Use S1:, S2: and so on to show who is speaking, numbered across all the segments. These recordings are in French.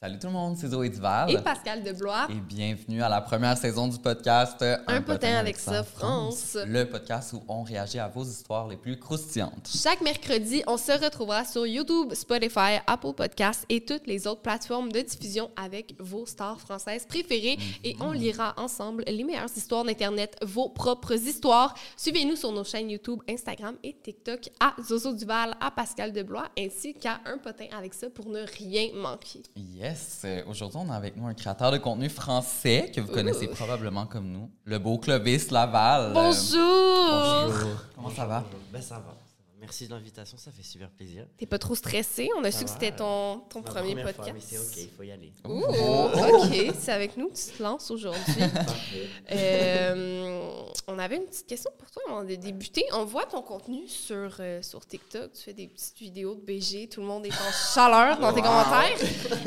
S1: Salut tout le monde, c'est Zoé Duval.
S2: Et Pascal Deblois.
S1: Et bienvenue à la première saison du podcast euh,
S2: Un potin avec ça, France.
S1: Le podcast où on réagit à vos histoires les plus croustillantes.
S2: Chaque mercredi, on se retrouvera sur YouTube, Spotify, Apple Podcasts et toutes les autres plateformes de diffusion avec vos stars françaises préférées et on lira ensemble les meilleures histoires d'Internet, vos propres histoires. Suivez-nous sur nos chaînes YouTube, Instagram et TikTok à Zozo Duval, à Pascal Deblois ainsi qu'à Un potin avec ça pour ne rien manquer.
S1: Yes, euh, aujourd'hui on a avec nous un créateur de contenu français que vous connaissez probablement comme nous, le beau Clovis Laval. Euh,
S2: Bonjour!
S1: Bonjour. Comment ça va?
S3: Ben, ça va, ça va. Merci de l'invitation, ça fait super plaisir.
S2: T'es pas trop stressé? On a su que
S3: va, euh,
S2: c'était ton, ton
S3: Ma
S2: premier
S3: première fois,
S2: podcast.
S3: mais c'est ok, il faut y aller.
S2: Ouh, OK, c'est avec nous que tu te lances aujourd'hui.
S3: Parfait.
S2: Euh, on avait une petite question pour toi avant de débuter. On voit ton contenu sur, euh, sur TikTok. Tu fais des petites vidéos de BG. Tout le monde est en chaleur dans tes commentaires.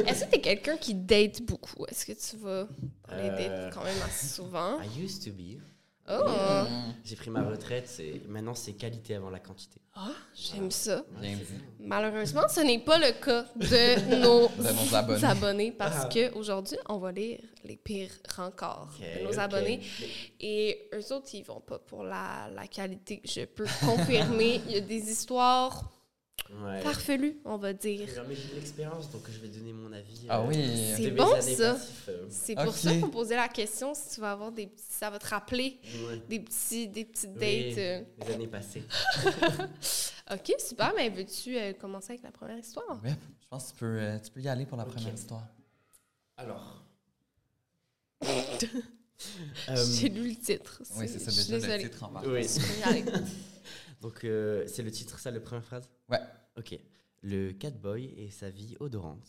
S2: Est-ce que tu es quelqu'un qui date beaucoup? Est-ce que tu vas dans les
S3: Euh.
S2: dates quand même assez souvent?
S3: I used to be.
S2: Oh,
S3: J'ai pris ma retraite, c'est- maintenant c'est qualité avant la quantité.
S2: Oh, j'aime ça.
S1: Bien dit.
S2: Malheureusement, ce n'est pas le cas de nos,
S1: De nos abonnés.
S3: Ah.
S2: parce que aujourd'hui, on va lire les pires rencarts de
S3: Ok,
S2: nos
S3: ok.
S2: abonnés. Et eux autres, ils vont pas pour la, la qualité. Je peux confirmer, il y a des histoires
S1: Euh.
S3: Ouais.
S2: farfelues, on va dire.
S3: J'ai jamais eu de l'expérience, donc je vais donner mon avis.
S1: Ah
S3: euh,
S1: oui.
S3: de
S2: C'est
S3: mes
S2: bon,
S3: années
S2: ça.
S3: passif, euh,
S2: C'est
S1: Ok.
S2: pour ça qu'on posait la question si tu vas avoir des petits, ça va te rappeler
S3: ouais.
S2: des petits des petites
S3: Oui,
S2: dates. euh.
S3: les années passées.
S2: OK, super, mais veux-tu euh, commencer avec la première histoire
S1: Ouais, je pense que tu peux, euh, tu peux y aller pour la
S3: Ok.
S1: première histoire.
S3: Alors.
S2: J'ai lu le titre.
S1: Euh, Oui, c'est ça, déjà le titre en partant.
S3: Euh, Oui.
S2: Je peux y aller.
S3: Donc, euh, c'est le titre, ça, la première phrase
S1: Ouais.
S3: Ok. Le catboy et sa vie odorante.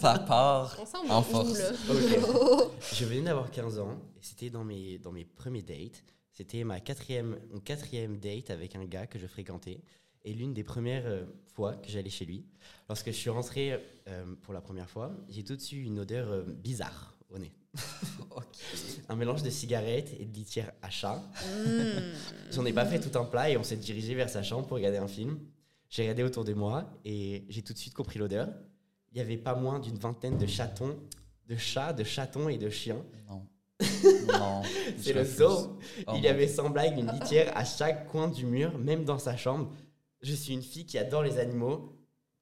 S1: ça part
S2: On semble
S1: en
S2: où,
S1: force.
S2: là?
S3: Ok. je venais d'avoir 15 ans et c'était dans mes, dans mes premiers dates. C'était ma quatrième, mon quatrième date avec un gars que je fréquentais et l'une des premières euh, fois que j'allais chez lui. Lorsque je suis rentré euh, pour la première fois, j'ai tout de suite eu une odeur euh, bizarre au nez. Un mélange de cigarettes et de litière à chat. J'en ai pas fait tout un plat et on s'est dirigé vers sa chambre pour regarder un film. J'ai regardé autour de moi et j'ai tout de suite compris l'odeur. Il y avait pas moins d'une vingtaine de chatons, de chats, de chatons et de chiens.
S1: Non. non.
S3: C'est
S1: je
S3: le
S1: refuse. Oh
S3: zoo. Il
S1: mon
S3: y avait sans blague une litière à chaque coin du mur, même dans sa chambre. Je suis une fille qui adore les animaux,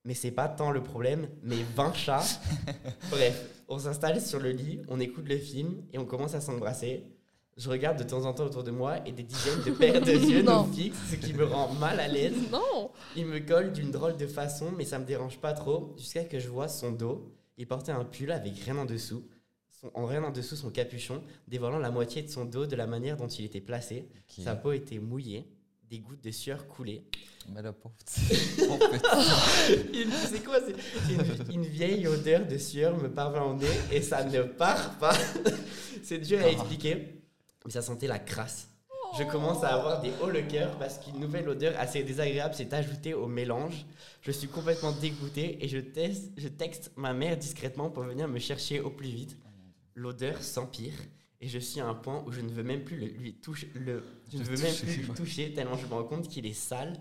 S3: mais c'est pas tant le problème, mais 20 chats. Bref, on s'installe sur le lit, on écoute le film et on commence à s'embrasser. Je regarde de temps en temps autour de moi et des dizaines de paires de yeux
S2: Non.
S3: nous fixent, ce qui me rend mal à l'aise.
S2: Non!
S3: Il me colle d'une drôle de façon, mais ça me dérange pas trop, jusqu'à que je vois son dos. Il portait un pull avec rien en dessous, son- en rien en dessous son capuchon, dévoilant la moitié de son dos de la manière dont il était placé.
S1: Ok.
S3: Sa peau était mouillée, des gouttes de sueur coulaient.
S1: Mais le pauvre petit. pauvre petit.
S3: Il- C'est quoi c'est- une, une vieille odeur de sueur me parvint au nez et ça ne part pas. C'est dur à expliquer, mais ça sentait la crasse. Je commence à avoir des hauts le cœur parce qu'une nouvelle odeur assez désagréable s'est ajoutée au mélange. Je suis complètement dégoûté et je, teste- je texte ma mère discrètement pour venir me chercher au plus vite. L'odeur s'empire et je suis à un point où je ne veux même plus le, lui toucher. Le, je ne
S1: Le
S3: veux même
S1: toucher,
S3: plus le
S1: ouais.
S3: toucher tellement je me rends compte qu'il est sale.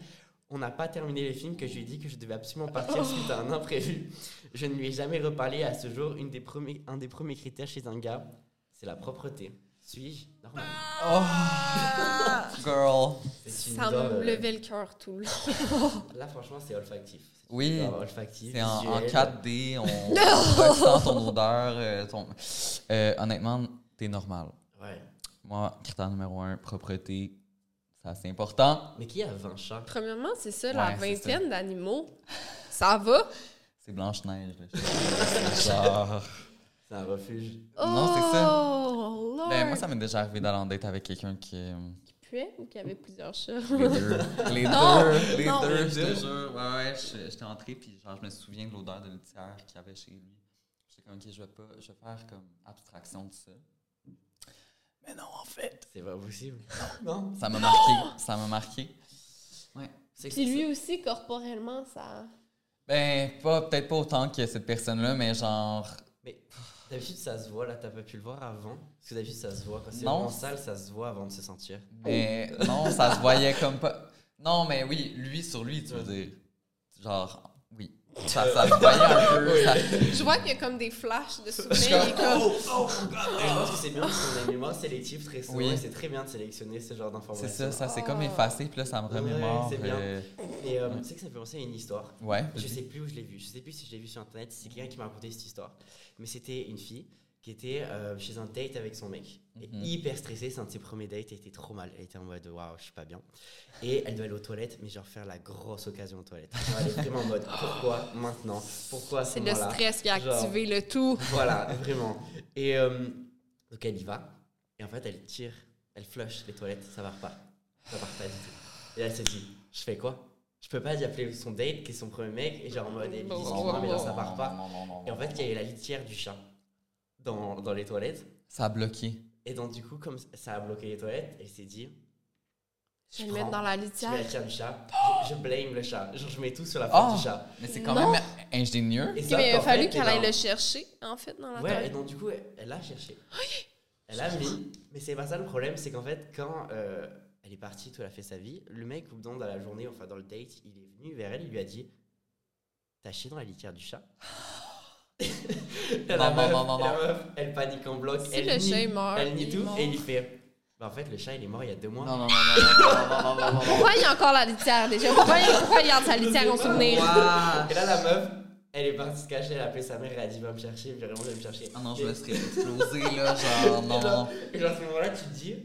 S3: On n'a pas terminé le film que je lui ai dit que je devais absolument partir suite à un imprévu. Je ne lui ai jamais reparlé à ce jour. Une des premiers, un des premiers critères chez un gars, c'est la propreté. Suis-je normal
S1: Oh. Girl.
S3: Ah, C'est une
S2: Ça
S3: dame,
S2: me
S3: euh,
S2: levait le cœur tout le long.
S3: Là, franchement, c'est olfactif. C'est une
S1: Oui.
S3: odeur olfactive,
S1: C'est en, en
S3: visuelle.
S1: 4D, on on sent ton odeur. euh, ton- Euh, honnêtement, t'es normal.
S3: Ouais.
S1: Moi, critère numéro un, propreté. Ça, c'est important.
S3: Mais qui a 20 chats
S2: Premièrement, c'est ça, la
S1: Ouais, c'est
S2: vingtaine d'animaux. Ça va?
S1: C'est Blanche-Neige. là. C'est genre-
S3: C'est un refuge.
S1: Non, c'est ça.
S2: Oh, Lord.
S1: Ben, moi, ça m'est déjà arrivé d'aller en date avec quelqu'un qui. euh,
S2: Qui puait ou qui hein, avait plusieurs chats?
S1: Les deux. Les
S2: Non,
S1: deux. Les
S2: non.
S1: Oh! deux, je te jure. Ouais, ouais, je- j'étais entrée, puis genre, je me souviens de l'odeur de litière qu'il y avait chez lui. J'étais comme, OK, je vais, pas, je vais faire comme abstraction de ça. Mais non, en fait.
S3: C'est pas possible. non.
S1: Ça m'a marqué. Ça m'a marqué. Ouais.
S3: C'est
S2: Puis lui aussi, corporellement, ça...
S1: Ben, pas, peut-être pas autant que cette personne-là, mais genre.
S3: Mais d'habitude, ça se voit. Là, t'as pas pu le voir avant. Parce que d'habitude, ça se voit. Quand c'est
S1: Non.
S3: en salle, ça se voit avant de se sentir.
S1: Mais non, ça se voyait comme pas. Non, mais oui, lui sur lui, tu veux dire. Genre, oui. Ça, ça se voyait un peu. ça-
S2: Je vois qu'il y a comme des flashs de souvenirs. et comme...
S3: Oh, oh, Je pense que c'est bien parce qu'on a une mémoire sélective très souvent.
S1: Oui.
S3: et C'est très bien de sélectionner ce genre d'informations.
S1: C'est ça, ça s'est comme effacé, puis là, ça me
S3: Ouais,
S1: remémore.
S3: c'est bien.
S1: euh,
S3: Et euh, tu sais que ça me fait penser à une histoire.
S1: Ouais.
S3: Je sais plus où je l'ai vu. Je sais plus si je l'ai vu sur internet, si c'est quelqu'un qui m'a raconté cette histoire. Mais c'était une fille qui était euh, chez un date avec son mec. Et hyper stressée, c'est un de ses premiers dates. Elle était trop mal. Elle était en mode waouh, je suis pas bien. Et elle doit aller aux toilettes, mais genre faire la grosse occasion aux toilettes. Genre, elle est vraiment en mode pourquoi maintenant Pourquoi à ce
S2: C'est le
S3: moment-là
S2: stress qui a
S3: Genre,
S2: activé le tout.
S3: Voilà, vraiment. Et euh, donc elle y va. Et en fait, elle tire, elle flush les toilettes. Ça part pas. Ça part pas du tout. Et elle se dit je fais quoi je peux pas y appeler son date, qui est son premier mec, et genre en mode, elle dit,
S2: Oh.
S3: excuse-moi, mais non, ça part pas.
S1: Non, non, non,
S3: Et en
S1: non.
S3: fait, il y avait la litière du chat dans, dans les toilettes.
S1: Ça a bloqué.
S3: Et donc, du coup, comme ça a bloqué les toilettes, elle s'est dit
S2: Je vais le mettre dans la
S3: Je mets la
S2: litière.
S3: litière du chat. Je, je blame le chat. Genre, je mets tout sur la face
S1: Oh!
S3: du chat.
S1: Mais c'est quand
S2: Non.
S1: même ingénieux.
S3: Et ça,
S2: Mais il a
S3: qu'en
S2: fallu
S3: fait,
S2: qu'elle
S3: eh ben,
S2: aille le chercher, en fait, dans la
S3: Ouais, et
S2: toilette.
S3: donc, du coup, elle elle l'a cherché. Elle l'a mis. Mais c'est pas ça le problème, c'est qu'en fait, quand euh, elle est partie, tout elle a fait sa vie, le mec, au bout dans la journée, enfin dans le date, il est venu vers elle, il lui a dit T'as chié dans la litière du chat Et la
S1: non,
S3: meuf-
S1: non, non,
S3: et la
S1: non.
S3: meuf, Elle panique en bloc.
S2: Si
S3: elle
S2: le
S3: nie-
S2: chat est mort,
S3: Elle nie
S2: il est
S3: tout,
S2: mort.
S3: et il lui fait Bah, En fait, le chat, il est mort il y a deux mois.
S1: Non, non, non, non, non, non, non, non, non, non.
S2: Pourquoi il y a encore la litière déjà? Pourquoi il pourquoi il garde sa litière en souvenir?
S3: Ouah. Et là, la meuf, elle est partie se cacher, elle a appelé sa mère, elle a dit Va me chercher, puis vraiment, va me chercher.
S1: Ah non, je
S3: Et-
S1: me serais explosé, là, genre, non,
S3: Et là-
S1: non.
S3: Et genre, à ce moment-là, tu te dis,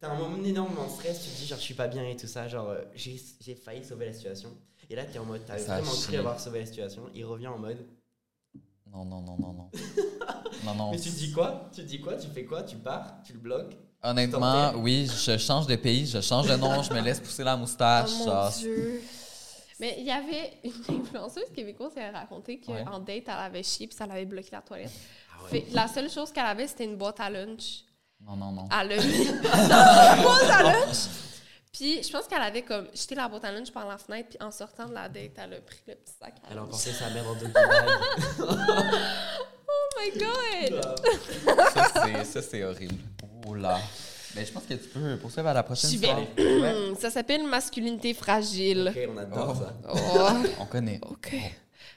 S3: t'as un moment énormément de stress, tu te dis, genre, je suis pas bien et tout ça, genre, euh, j'ai j'ai failli sauver la situation. Et là, t'es en mode, t'as
S1: Ça a
S3: vraiment cru
S1: chié.
S3: avoir sauvé la situation. Il revient en mode,
S1: Non, non, non, non, non. Non, non.
S3: mais tu te dis quoi Tu te dis quoi Tu fais quoi Tu pars Tu le bloques
S1: Honnêtement, oui, je change de pays, je change de nom, je me laisse pousser la moustache.
S2: Oh mon
S1: genre,
S2: Dieu. Mais il y avait une influenceuse québécoise qui avait raconté qu'en
S1: Ouais.
S2: date, elle avait chié puis ça l'avait bloqué la toilette. Fait que la seule chose qu'elle avait, c'était une boîte à lunch.
S1: Non, non, non.
S2: Elle l'a mis dans une boîte à lunch. Puis je pense qu'elle avait comme jeté la boîte à lunch par la fenêtre, puis en sortant de la date, elle a pris le petit sac. à
S3: Elle a
S2: lunch.
S3: emporté sa mère en deux bagages.
S2: Oh my God!
S1: Ça, c'est- Ça, c'est horrible. Oh là. Mais je pense que tu peux poursuivre à la prochaine
S2: J'y vais.
S1: histoire.
S2: Hmm, Ça s'appelle masculinité fragile.
S3: Ok, on adore ça.
S2: Oh.
S1: On connaît.
S2: OK.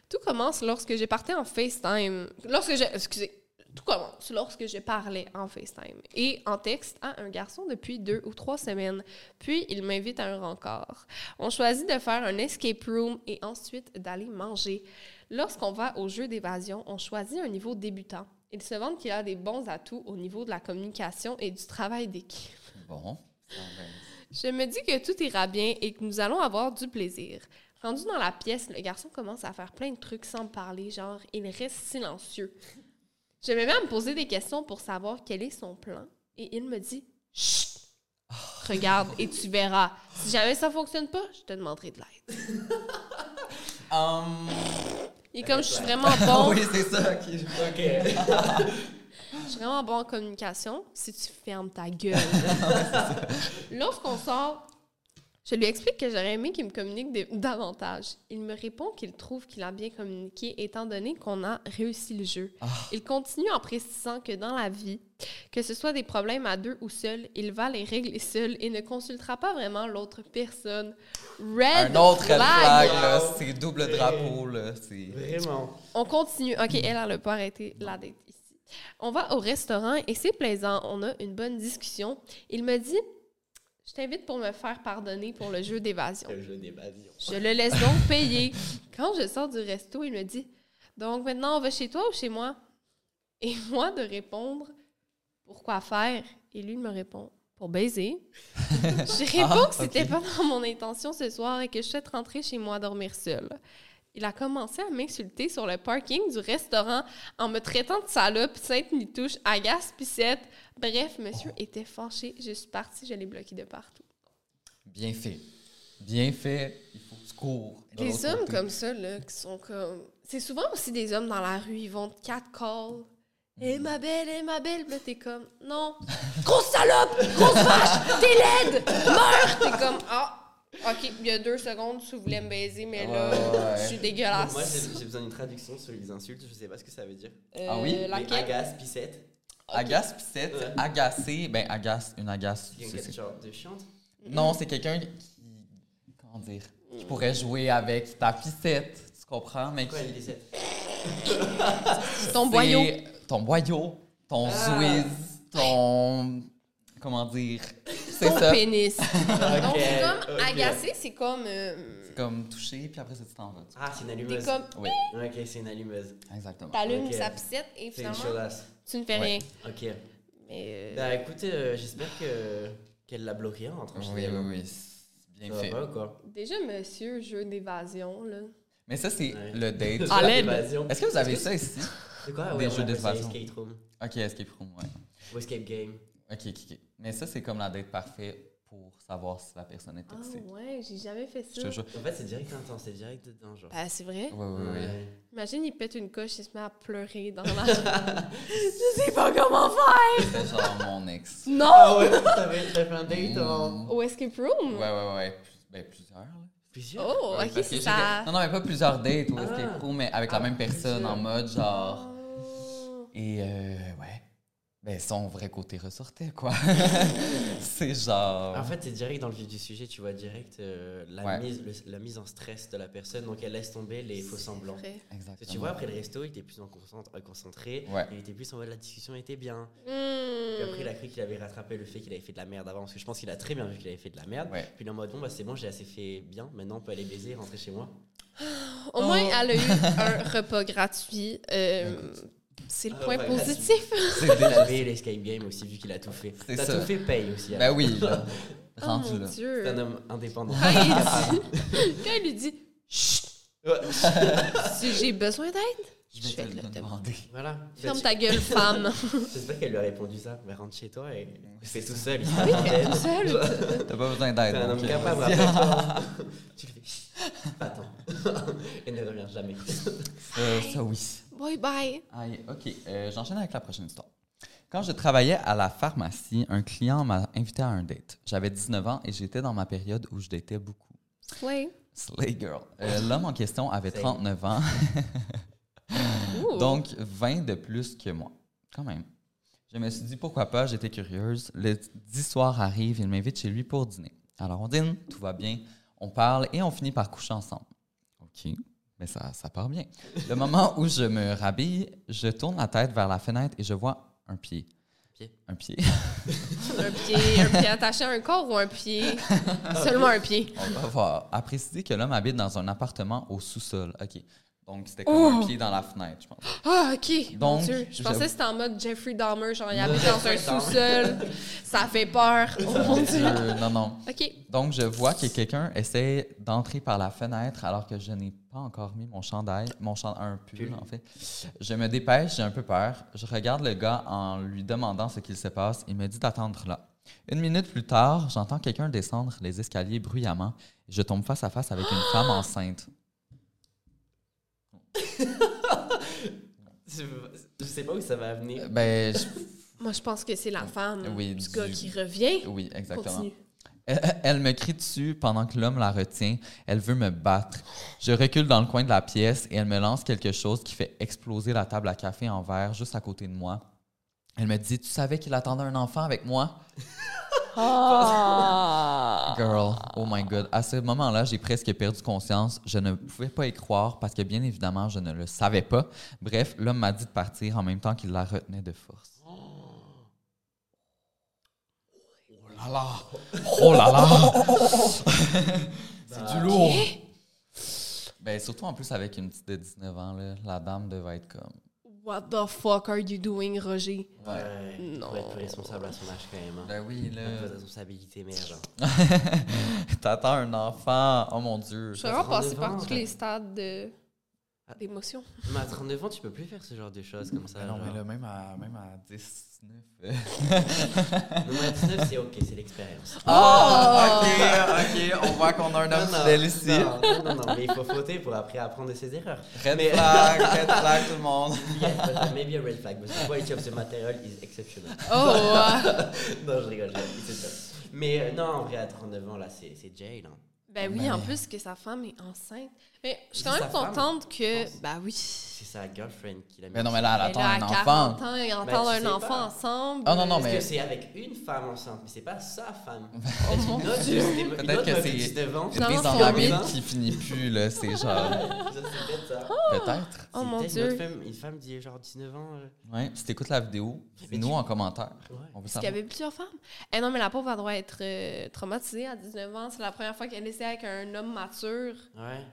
S2: Tout commence lorsque j'ai parti en FaceTime. Lorsque j'ai. Excusez. Tout commence lorsque je parlais en FaceTime et en texte à un garçon depuis deux ou trois semaines. Puis il m'invite à un rencard. On choisit de faire un escape room et ensuite d'aller manger. Lorsqu'on va au jeu d'évasion, on choisit un niveau débutant. Il se vante qu'il a des bons atouts au niveau de la communication et du travail d'équipe.
S1: Bon.
S2: Je me dis que tout ira bien et que nous allons avoir du plaisir. Rendu dans la pièce, le garçon commence à faire plein de trucs sans me parler, genre il reste silencieux. Je me mets à me poser des questions pour savoir quel est son plan et il me dit Chut, regarde et tu verras. Si jamais ça fonctionne pas, je te demanderai de l'aide.
S1: Hum,
S2: Et comme je suis vraiment bon,
S1: oui, c'est ça. ok.
S3: Ok.
S2: Je suis vraiment bon en communication si tu fermes ta gueule. Lorsqu'on sort, je lui explique que j'aurais aimé qu'il me communique des- davantage. Il me répond qu'il trouve qu'il a bien communiqué étant donné qu'on a réussi le jeu.
S1: Ah.
S2: Il continue en précisant que dans la vie, que ce soit des problèmes à deux ou seul, il va les régler seul et ne consultera pas vraiment l'autre personne.
S1: Un
S2: Red
S1: autre red
S2: flag.
S1: flag, là, c'est double drapeau, là. C'est...
S3: Vraiment.
S2: On continue. OK, elle, elle n'a pas arrêté la date ici. On va au restaurant et c'est plaisant. On a une bonne discussion. Il me dit Je t'invite pour me faire pardonner pour le jeu d'évasion.
S3: Le jeu d'évasion.
S2: Je le laisse donc payer. Quand je sors du resto, il me dit Donc maintenant, on va chez toi ou chez moi Et moi de répondre Pourquoi faire Et lui de me répond Pour baiser. je réponds
S1: Ah,
S2: que c'était
S1: ok.
S2: pas dans mon intention ce soir et que je souhaite rentrer chez moi dormir seule. Il a commencé à m'insulter sur le parking du restaurant en me traitant de salope, sainte nitouche, agace, pissette. Bref, monsieur
S1: Oh.
S2: était fâché. Je suis partie, je l'ai bloqué de partout.
S1: Bien fait. Bien fait. Il faut secours. de
S2: Les
S1: l'autre
S2: hommes
S1: côté.
S2: comme ça, là, qui sont comme. C'est souvent aussi des hommes dans la rue, ils vont te catcall. Eh
S1: Mm.
S2: ma belle, eh ma belle, Puis là t'es comme non, grosse salope, grosse vache, t'es laide, meurs, t'es comme ah, ok, il y a deux secondes tu voulais me baiser mais là
S1: Ouais, ouais.
S2: je suis
S3: Pour
S2: dégueulasse.
S3: Moi, j'ai j'ai besoin d'une traduction sur les insultes. Je sais pas ce que ça veut dire.
S1: Ah oui,
S2: Euh,
S1: mais
S3: Mais
S2: laquelle?
S3: agace, pissette.
S1: Agace, pissette,
S3: Ouais.
S1: agacé. Ben, agace, une agace.
S3: Il y a
S1: c'est-
S3: quelque
S1: c'est-
S3: chose de chiante.
S1: Non, c'est quelqu'un qui. Comment dire
S3: Mm.
S1: Qui pourrait jouer avec ta pissette. Tu comprends? Mais
S3: Quoi,
S1: qui-
S3: une pissette
S2: Ton
S1: c'est
S2: boyau.
S1: Ton boyau, ton
S2: Ah.
S1: zouiz, ton. Comment dire? C'est
S2: Ton
S1: ça.
S2: pénis. Donc c'est
S3: Ok,
S2: comme
S3: ok.
S2: agacé, c'est comme euh,
S1: C'est comme toucher, puis après ça, tu t'en vas. tu-
S3: Ah, c'est une
S2: t'es
S3: allumeuse.
S2: comme
S1: Oui,
S3: Ok, c'est une allumeuse.
S1: exactement.
S2: t'allumes
S3: Ok.
S2: sa pissette et
S3: C'est une
S2: finalement Euh.
S3: chaudasse.
S2: tu ne fais
S1: Ouais.
S2: rien.
S3: Ok.
S2: Mais euh,
S3: Bah écoute, euh, j'espère que qu'elle l'a bloqué hein, entre
S1: Oui, oui, oui. c'est Bien fait.
S3: Pas, quoi.
S2: déjà monsieur jeu d'évasion là.
S1: Mais ça, c'est
S3: Ouais.
S1: le date.
S2: Ah, l'aide.
S3: Évasion.
S1: Est-ce que vous avez ça ici?
S3: C'est
S1: Des
S3: quoi ouais, on
S1: jeux
S3: appelle ça
S1: d'évasion.
S3: Escape room.
S1: Ok, escape room, ouais.
S3: Ou escape game.
S1: Ok, ok, ok. Mais ça, c'est comme la date parfaite pour savoir si la personne est
S2: Ah
S1: toxique.
S2: ouais, j'ai jamais fait
S1: Je
S2: ça.
S1: te jure.
S3: En fait, c'est direct intense, c'est direct dedans, genre.
S2: Bah, c'est vrai.
S1: Ouais, ouais, Ah ouais.
S2: Imagine, il pète une coche, il se met à pleurer dans la. Je sais pas comment faire!
S1: C'est genre mon ex.
S2: Non!
S3: Ah ouais, t'avais fait un date
S1: en-
S2: Au escape room?
S1: Ouais, ouais, ouais. Plus- ben, plusieurs, là.
S3: Plusieurs.
S1: Ouais,
S2: Oh, ok,
S1: parce que
S2: c'est
S1: j'ai-
S2: ça.
S1: Non, non, mais pas plusieurs dates au
S3: Ah.
S1: escape room, mais avec la
S3: Ah,
S1: même personne,
S3: plusieurs.
S1: en mode genre.
S2: Oh.
S1: Et euh, ouais. Ben, son vrai côté ressortait, quoi. c'est genre.
S3: En fait, c'est direct dans le vif du sujet, tu vois direct euh, la,
S1: Ouais.
S3: mise, le- la mise en stress de la personne, donc elle laisse tomber les faux semblants.
S2: Vrai.
S3: Parce que
S1: Exactement.
S3: Tu vois, après le resto, il était plus en concentre- euh, concentré,
S1: Ouais.
S3: il était plus en mode la discussion était bien. Puis
S1: Mm.
S3: après, il
S2: Hmm.
S3: a cru qu'il avait rattrapé le fait qu'il avait fait de la merde avant, parce que je pense qu'il a très bien vu qu'il avait fait de la merde.
S1: Ouais.
S3: Puis il est en mode, bon, bah c'est bon, j'ai assez fait bien, maintenant on peut aller baiser, rentrer chez moi.
S2: Au moins, elle a eu un repas gratuit. euh, c'est le
S3: Un
S2: point
S3: repas
S2: positif.
S1: C'est
S3: Il
S1: déjà.
S3: avait l'escape game aussi, vu qu'il a tout fait.
S1: C'est
S3: T'as
S1: ça.
S3: tout fait, paye aussi.
S1: Ben
S3: alors.
S1: oui, là.
S2: Oh
S1: Rendu
S2: mon
S1: là.
S3: C'est un
S2: dieu.
S3: homme indépendant.
S2: Quand il, dit- quand il lui dit
S3: Ouais.
S2: si j'ai besoin d'aide,
S1: Je vais
S2: Je vais
S1: te
S2: te
S1: le
S2: le
S1: demander.
S3: voilà.
S2: ferme ta gueule, femme.
S3: J'espère qu'elle lui a répondu ça. Mais rentre chez toi et fais
S1: c'est
S3: tout
S1: ça.
S3: seul.
S2: Oui, t'es tout seul.
S1: T'as pas besoin d'aide.
S3: T'es un homme
S1: donc, euh,
S3: Ben, capable, rappelle-toi. Tu le fais. Chut, Va-t'en. Et ne reviens jamais.
S1: euh, ça, oui.
S2: Bye bye.
S1: Aïe, ok. Euh, J'enchaîne avec la prochaine histoire. Quand je travaillais à la pharmacie, un client m'a invité à un date. J'avais 19 ans et j'étais dans ma période où je datais beaucoup.
S2: Ouais.
S1: Slay girl. Euh, L'homme en question avait 39 ans,
S2: Ouh.
S1: donc 20 de plus que moi. Quand même. Je me suis dit pourquoi pas, j'étais curieuse. Le dix soir arrive, il m'invite chez lui pour dîner. Alors on dîne, tout va bien, on parle et on finit par coucher ensemble. OK, mais ça, ça part bien. Le moment où je me rhabille, je tourne la tête vers la fenêtre et je vois un pied.
S3: Pied.
S1: Un pied.
S2: Un pied, un pied attaché à un corps ou un pied? Seulement un pied.
S1: On va voir. À préciser que l'homme habite dans un appartement au sous-sol. OK. Donc, c'était comme
S2: Oh!
S1: un pied dans la fenêtre, je pense.
S2: Ah, OK. mon
S1: Donc,
S2: Dieu. Je pensais
S1: j'avoue.
S2: que c'était en mode Jeffrey Dahmer, genre il habite dans un sous-sol. Ça fait peur. Oh mon Dieu.
S1: Euh, non, non.
S2: OK.
S1: Donc, je vois que quelqu'un essaie d'entrer par la fenêtre alors que je n'ai pas encore mis mon chandail, mon chan- un pull, en fait. Je me dépêche, j'ai un peu peur. Je regarde le gars en lui demandant ce qu'il se passe. Il me dit d'attendre là. Une minute plus tard, j'entends quelqu'un descendre les escaliers bruyamment. Je tombe face à face avec une femme enceinte.
S3: Je je sais pas où ça va amener.
S1: Ben, je-
S2: Moi, je pense que c'est la femme
S1: Oui,
S2: du
S1: du-
S2: gars qui revient.
S1: oui, exactement.
S2: Continue.
S1: Elle, elle me crie dessus pendant que l'homme la retient. Elle veut me battre. Je recule dans le coin de la pièce et elle me lance quelque chose qui fait exploser la table à café en verre juste à côté de moi. Elle me dit Tu savais qu'il attendait un enfant avec moi Girl, oh my god. À ce moment-là, j'ai presque perdu conscience. Je ne pouvais pas y croire parce que, bien évidemment, je ne le savais pas. Bref, l'homme m'a dit de partir en même temps qu'il la retenait de force. Oh là là! C'est du lourd! Ben, surtout en plus avec une petite de 19 ans, là, la dame devait être comme.
S2: What the fuck are you doing, Roger?
S3: Ouais. Faut être plus responsable à son âge quand même. hein.
S1: Ben oui,
S3: Un peu de
S1: là.
S3: responsabilité, merde.
S1: T'attends un enfant! Oh mon dieu!
S2: Je suis vraiment passée
S3: 39
S2: par
S3: ans,
S2: tous
S3: ouais.
S2: les stades de-
S3: Ah.
S2: d'émotion.
S3: Mais à 39 ans, tu peux plus faire ce genre de choses comme ça.
S1: Ben non, mais
S3: genre.
S1: là, même à, même à 19. euh,
S3: Non, mais à 19, c'est ok, c'est l'expérience.
S2: Oh!
S1: Ah, ok, ok, on voit qu'on a un homme fidèle ici.
S3: non, non, non, non, mais il faut fauter pour après apprendre de ses erreurs.
S1: Red flag, red flag tout le monde.
S3: Yes, but uh, maybe a red flag, because the quality of the material is exceptional.
S2: Oh, ouais.
S3: non, je rigole, je rigole, c'est ça. Mais euh, non, en vrai, à 39 ans, là, c'est c'est jail. Hein.
S2: Ben oui, en plus que sa femme est enceinte. Mais je suis quand
S3: C'est
S2: même
S3: sa femme,
S2: contente
S3: je
S2: que.
S3: pense.
S2: Ben oui.
S3: C'est sa girlfriend qui l'a mis.
S1: Mais non, mais là, elle attend
S2: là,
S1: Bah un
S2: à
S1: enfant.
S2: 40 ans, ils entendent
S3: Ben, tu sais
S2: un
S3: pas.
S2: enfant ensemble.
S1: Ah non, non,
S3: Parce
S1: mais.
S3: que c'est avec une femme enceinte, mais c'est pas sa femme. C'est une autre, c'est une
S1: Oh Peut-être
S3: autre
S1: que
S3: meuf
S1: c'est
S3: de 19 ans.
S1: une
S2: Non,
S1: mise en
S2: c'est
S1: gamine
S3: huit.
S1: qui finit plus, là. C'est genre.
S3: Ça, c'est peut-être ça.
S1: Peut-être.
S2: Oh
S3: C'est
S2: mon
S3: peut-être
S2: Dieu.
S3: Une, autre femme, une femme dit genre 19 ans. euh,
S1: Ouais, si t'écoutes la vidéo, dis-nous en commentaire. On veut
S2: Parce qu'il
S1: savoir.
S2: y avait plusieurs femmes. Eh non, mais la pauvre, elle doit être euh, traumatisée à 19 ans. C'est la première fois qu'elle essaie avec un homme mature.
S3: Ouais.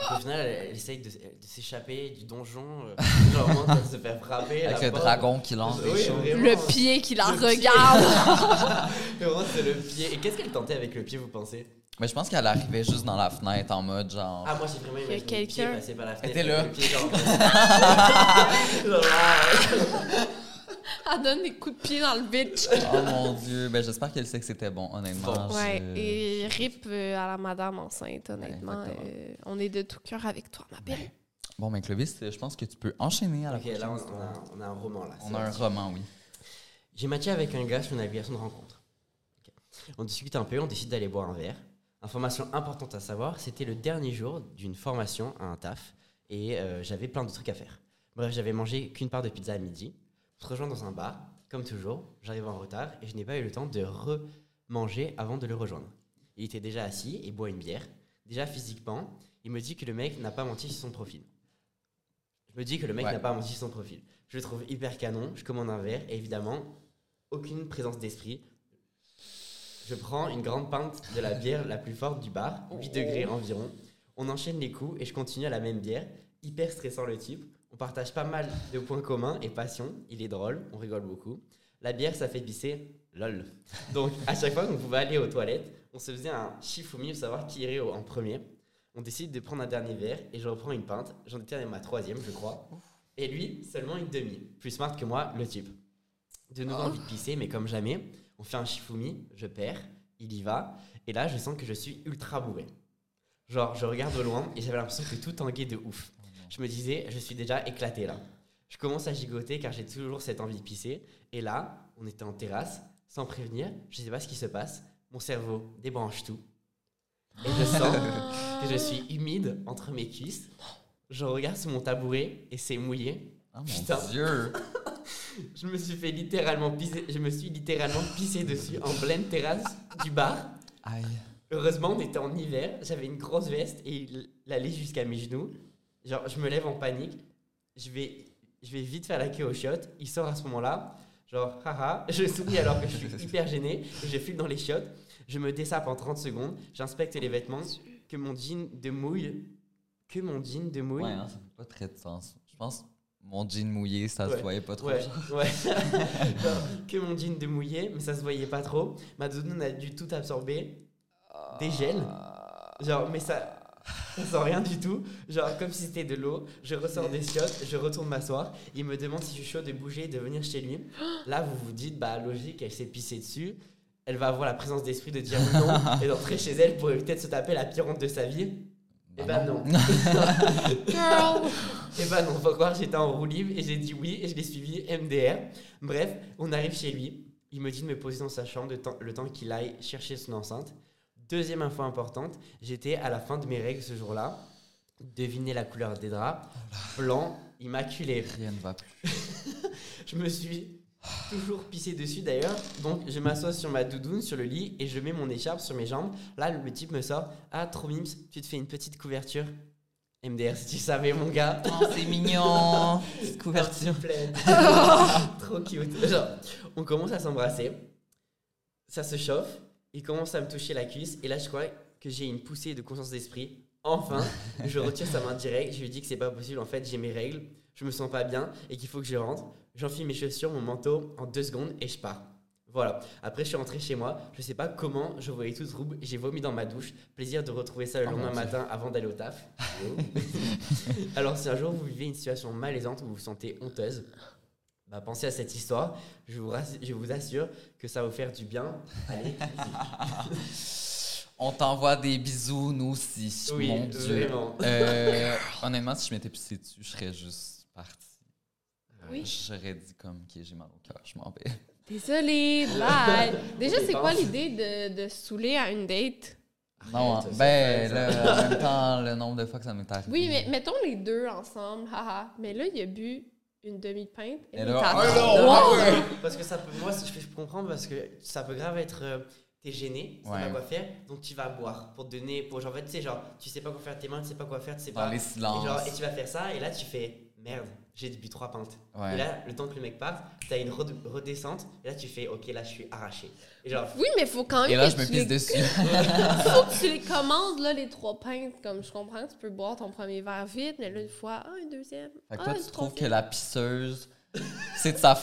S2: Oh
S3: Au final, elle, elle essaye de, de s'échapper du donjon. euh, genre, au moins, de se faire frapper.
S1: Avec
S3: la
S1: le
S3: porte.
S1: dragon qui lance des
S3: Oui,
S1: choses.
S3: vraiment.
S2: Le pied qui la
S3: Le pied.
S2: regarde.
S3: Vraiment, c'est le pied. Et qu'est-ce qu'elle tentait avec le pied, vous pensez
S1: Mais je pense qu'elle arrivait juste dans la fenêtre en mode genre.
S3: Ah, moi, j'ai vraiment imaginé le pied
S2: quelqu'un.
S3: passer par la fenêtre.
S1: était là.
S3: Le pied, genre. Genre, ah,
S2: elle donne des coups de pied dans le bitch.
S1: Oh mon dieu. Ben j'espère qu'elle sait que c'était bon, honnêtement. Je-
S2: Ouais, et rip euh, à la madame enceinte, honnêtement.
S1: exactement.
S2: Euh, on est de tout cœur avec toi, ma belle.
S1: Bon, ben Clovis, je pense que tu peux enchaîner à la
S3: Ok, là,
S1: prochaine
S3: on, on
S1: histoire.
S3: a, on a un roman, là.
S1: On
S3: C'est
S1: a un
S3: parti.
S1: roman, oui.
S3: J'ai matché avec un gars sur une application de rencontre. Ok. On discute un peu, on décide d'aller boire un verre. Information importante à savoir, c'était le dernier jour d'une formation à un taf et euh, j'avais plein de trucs à faire. Bref, j'avais mangé qu'une part de pizza à midi. On se rejoint dans un bar, comme toujours, j'arrive en retard et je n'ai pas eu le temps de remanger avant de le rejoindre. Il était déjà assis et boit une bière. Déjà physiquement, il me dit que le mec n'a pas menti sur son profil. Je me dis que le mec
S1: Ouais.
S3: n'a pas menti sur son profil. Je le trouve hyper canon, je commande un verre et évidemment, aucune présence d'esprit. Je prends une grande pinte de la bière la plus forte du bar, 8 degrés environ. On enchaîne les coups et je continue à la même bière. Hyper stressant le type. On partage pas mal de points communs et passion. Il est drôle, on rigole beaucoup. La bière, ça fait pisser. Lol. Donc, à chaque fois qu'on pouvait aller aux toilettes, on se faisait un chifoumi pour savoir qui irait au- en premier. On décide de prendre un dernier verre et je reprends une pinte. J'en étais à ma troisième, je crois. Et lui, seulement une demi. Plus smart que moi, le type. De nouveau envie de pisser, mais comme jamais, on fait un chifoumi, je perds, il y va, et là je sens que je suis ultra bourré. Genre, je regarde au loin et j'avais l'impression que tout tanguait de ouf. Je me disais, je suis déjà éclaté là. Je commence à gigoter car j'ai toujours cette envie de pisser, et là, on était en terrasse, sans prévenir, je sais pas ce qui se passe, mon cerveau débranche tout, et je sens que je suis humide entre mes cuisses. Je regarde sur mon tabouret et c'est mouillé.
S1: Oh mon
S3: Putain.
S1: dieu.
S3: Je me suis fait littéralement pisser, je me suis littéralement pissé dessus en pleine terrasse du bar.
S1: Aïe.
S3: Heureusement, on était en hiver, j'avais une grosse veste et il allait jusqu'à mes genoux. Genre, je me lève en panique, je vais, je vais vite faire la queue aux chiottes. Il sort à ce moment-là, genre, haha, je souris alors que je suis hyper gêné, je file dans les chiottes, je me dessape en 30 secondes, j'inspecte les vêtements, que mon jean de mouille, que mon jean de mouille.
S1: Ouais, hein, ça fait pas très de sens. Je pense mon jean mouillé, ça se
S3: Ouais.
S1: voyait pas trop.
S3: Ouais, ouais. Non, que mon jean de mouillé, mais ça se voyait pas trop. Ma doudoune a dû tout absorber. Des gels. Genre, mais ça. Ça sent rien du tout. Genre, comme si c'était de l'eau. Je ressors des chiottes, je retourne m'asseoir. Il me demande si je suis chaud de bouger et de venir chez lui. Là, vous vous dites, bah, logique, elle s'est pissée dessus. Elle va avoir la présence d'esprit de dire non et d'entrer chez elle pour éviter de se taper la pire honte de sa vie. Eh ben non.
S2: Girl!
S3: Eh ben non, faut croire, j'étais en roue libre et j'ai dit oui et je l'ai suivi, MDR. Bref, on arrive chez lui. Il me dit de me poser dans sa chambre de temps- le temps qu'il aille chercher son enceinte. Deuxième info importante, j'étais à la fin de mes règles ce jour-là. Devinez la couleur des draps. Blanc, immaculé.
S1: Rien ne va plus.
S3: Je me suis toujours pissé dessus d'ailleurs. Donc je m'assois sur ma doudoune, sur le lit, et je mets mon écharpe sur mes jambes. Là, le type me sort Ah, trop mims, tu te fais une petite couverture. MDR, si tu savais, mon gars.
S1: Oh, c'est mignon. Petite couverture.
S3: Pleine. Trop cute. Genre, on commence à s'embrasser. Ça se chauffe. Il commence à me toucher la cuisse. Et là, je crois que j'ai une poussée de conscience d'esprit. Enfin, je retire sa main directe. Je lui dis que c'est pas possible. En fait, j'ai mes règles. Je me sens pas bien et qu'il faut que je rentre. J'enfile mes chaussures, mon manteau en deux secondes et je pars. Voilà. Après, je suis rentré chez moi. Je sais pas comment. Je voyais toute trouble. J'ai vomi dans ma douche. Plaisir de retrouver ça le
S1: Oh mon
S3: lendemain
S1: Dieu.
S3: matin avant d'aller au taf. Alors si un jour vous vivez une situation malaisante ou vous vous sentez honteuse, bah, pensez à cette histoire. Je vous, rass- je vous assure que ça va vous faire du bien. Allez,
S1: On t'envoie des bisous, nous aussi.
S3: Oui,
S1: mon Dieu.
S3: vraiment.
S1: Euh, honnêtement, si je m'étais pissé dessus, je serais juste parti.
S2: Euh, Oui.
S1: J'aurais dit comme, OK, j'ai mal au cœur, je m'en vais.
S2: Désolée, bye! Déjà,
S3: On
S2: c'est quoi
S3: dépense.
S2: l'idée de, de se saouler à une date?
S1: Non,
S3: Arrête,
S1: hein.
S3: ça,
S1: ben,
S3: ça,
S1: là, en même temps, le nombre de fois que ça m'est arrivé.
S2: Oui, mais mettons les deux ensemble, haha. Mais là, il a bu une demi-pinte.
S1: Et
S2: là,
S1: là, ah,
S2: t'as-
S1: un
S2: Wow!
S3: parce que ça peut, moi je, je comprends parce que ça peut grave être euh, t'es gêné, tu sais pas
S1: Ouais.
S3: quoi faire, donc tu vas boire pour te donner, pour genre en fait, tu sais genre tu sais pas quoi faire de tes mains, tu sais pas quoi faire, tu sais
S1: Dans
S3: pas.
S1: les silences.
S3: Et, genre, et tu vas faire ça et là tu fais merde, j'ai bu trois pintes.
S1: Ouais.
S3: Et là le temps que le mec parte, t'as une rede- redescente et là tu fais ok là je suis arraché. Et genre
S2: Oui, mais faut quand même.
S1: Et là, je
S2: que
S1: me
S2: tu
S1: pisse
S2: les-
S1: dessus.
S2: Faut que tu les commandes, là, les trois pintes. Comme je comprends, tu peux boire ton premier verre vite, mais là, une fois, ah, un deuxième.
S1: Fait que
S2: ah,
S1: toi,
S2: une
S1: tu trouves que
S2: troisième.
S1: la pisseuse, c'est de sa faute.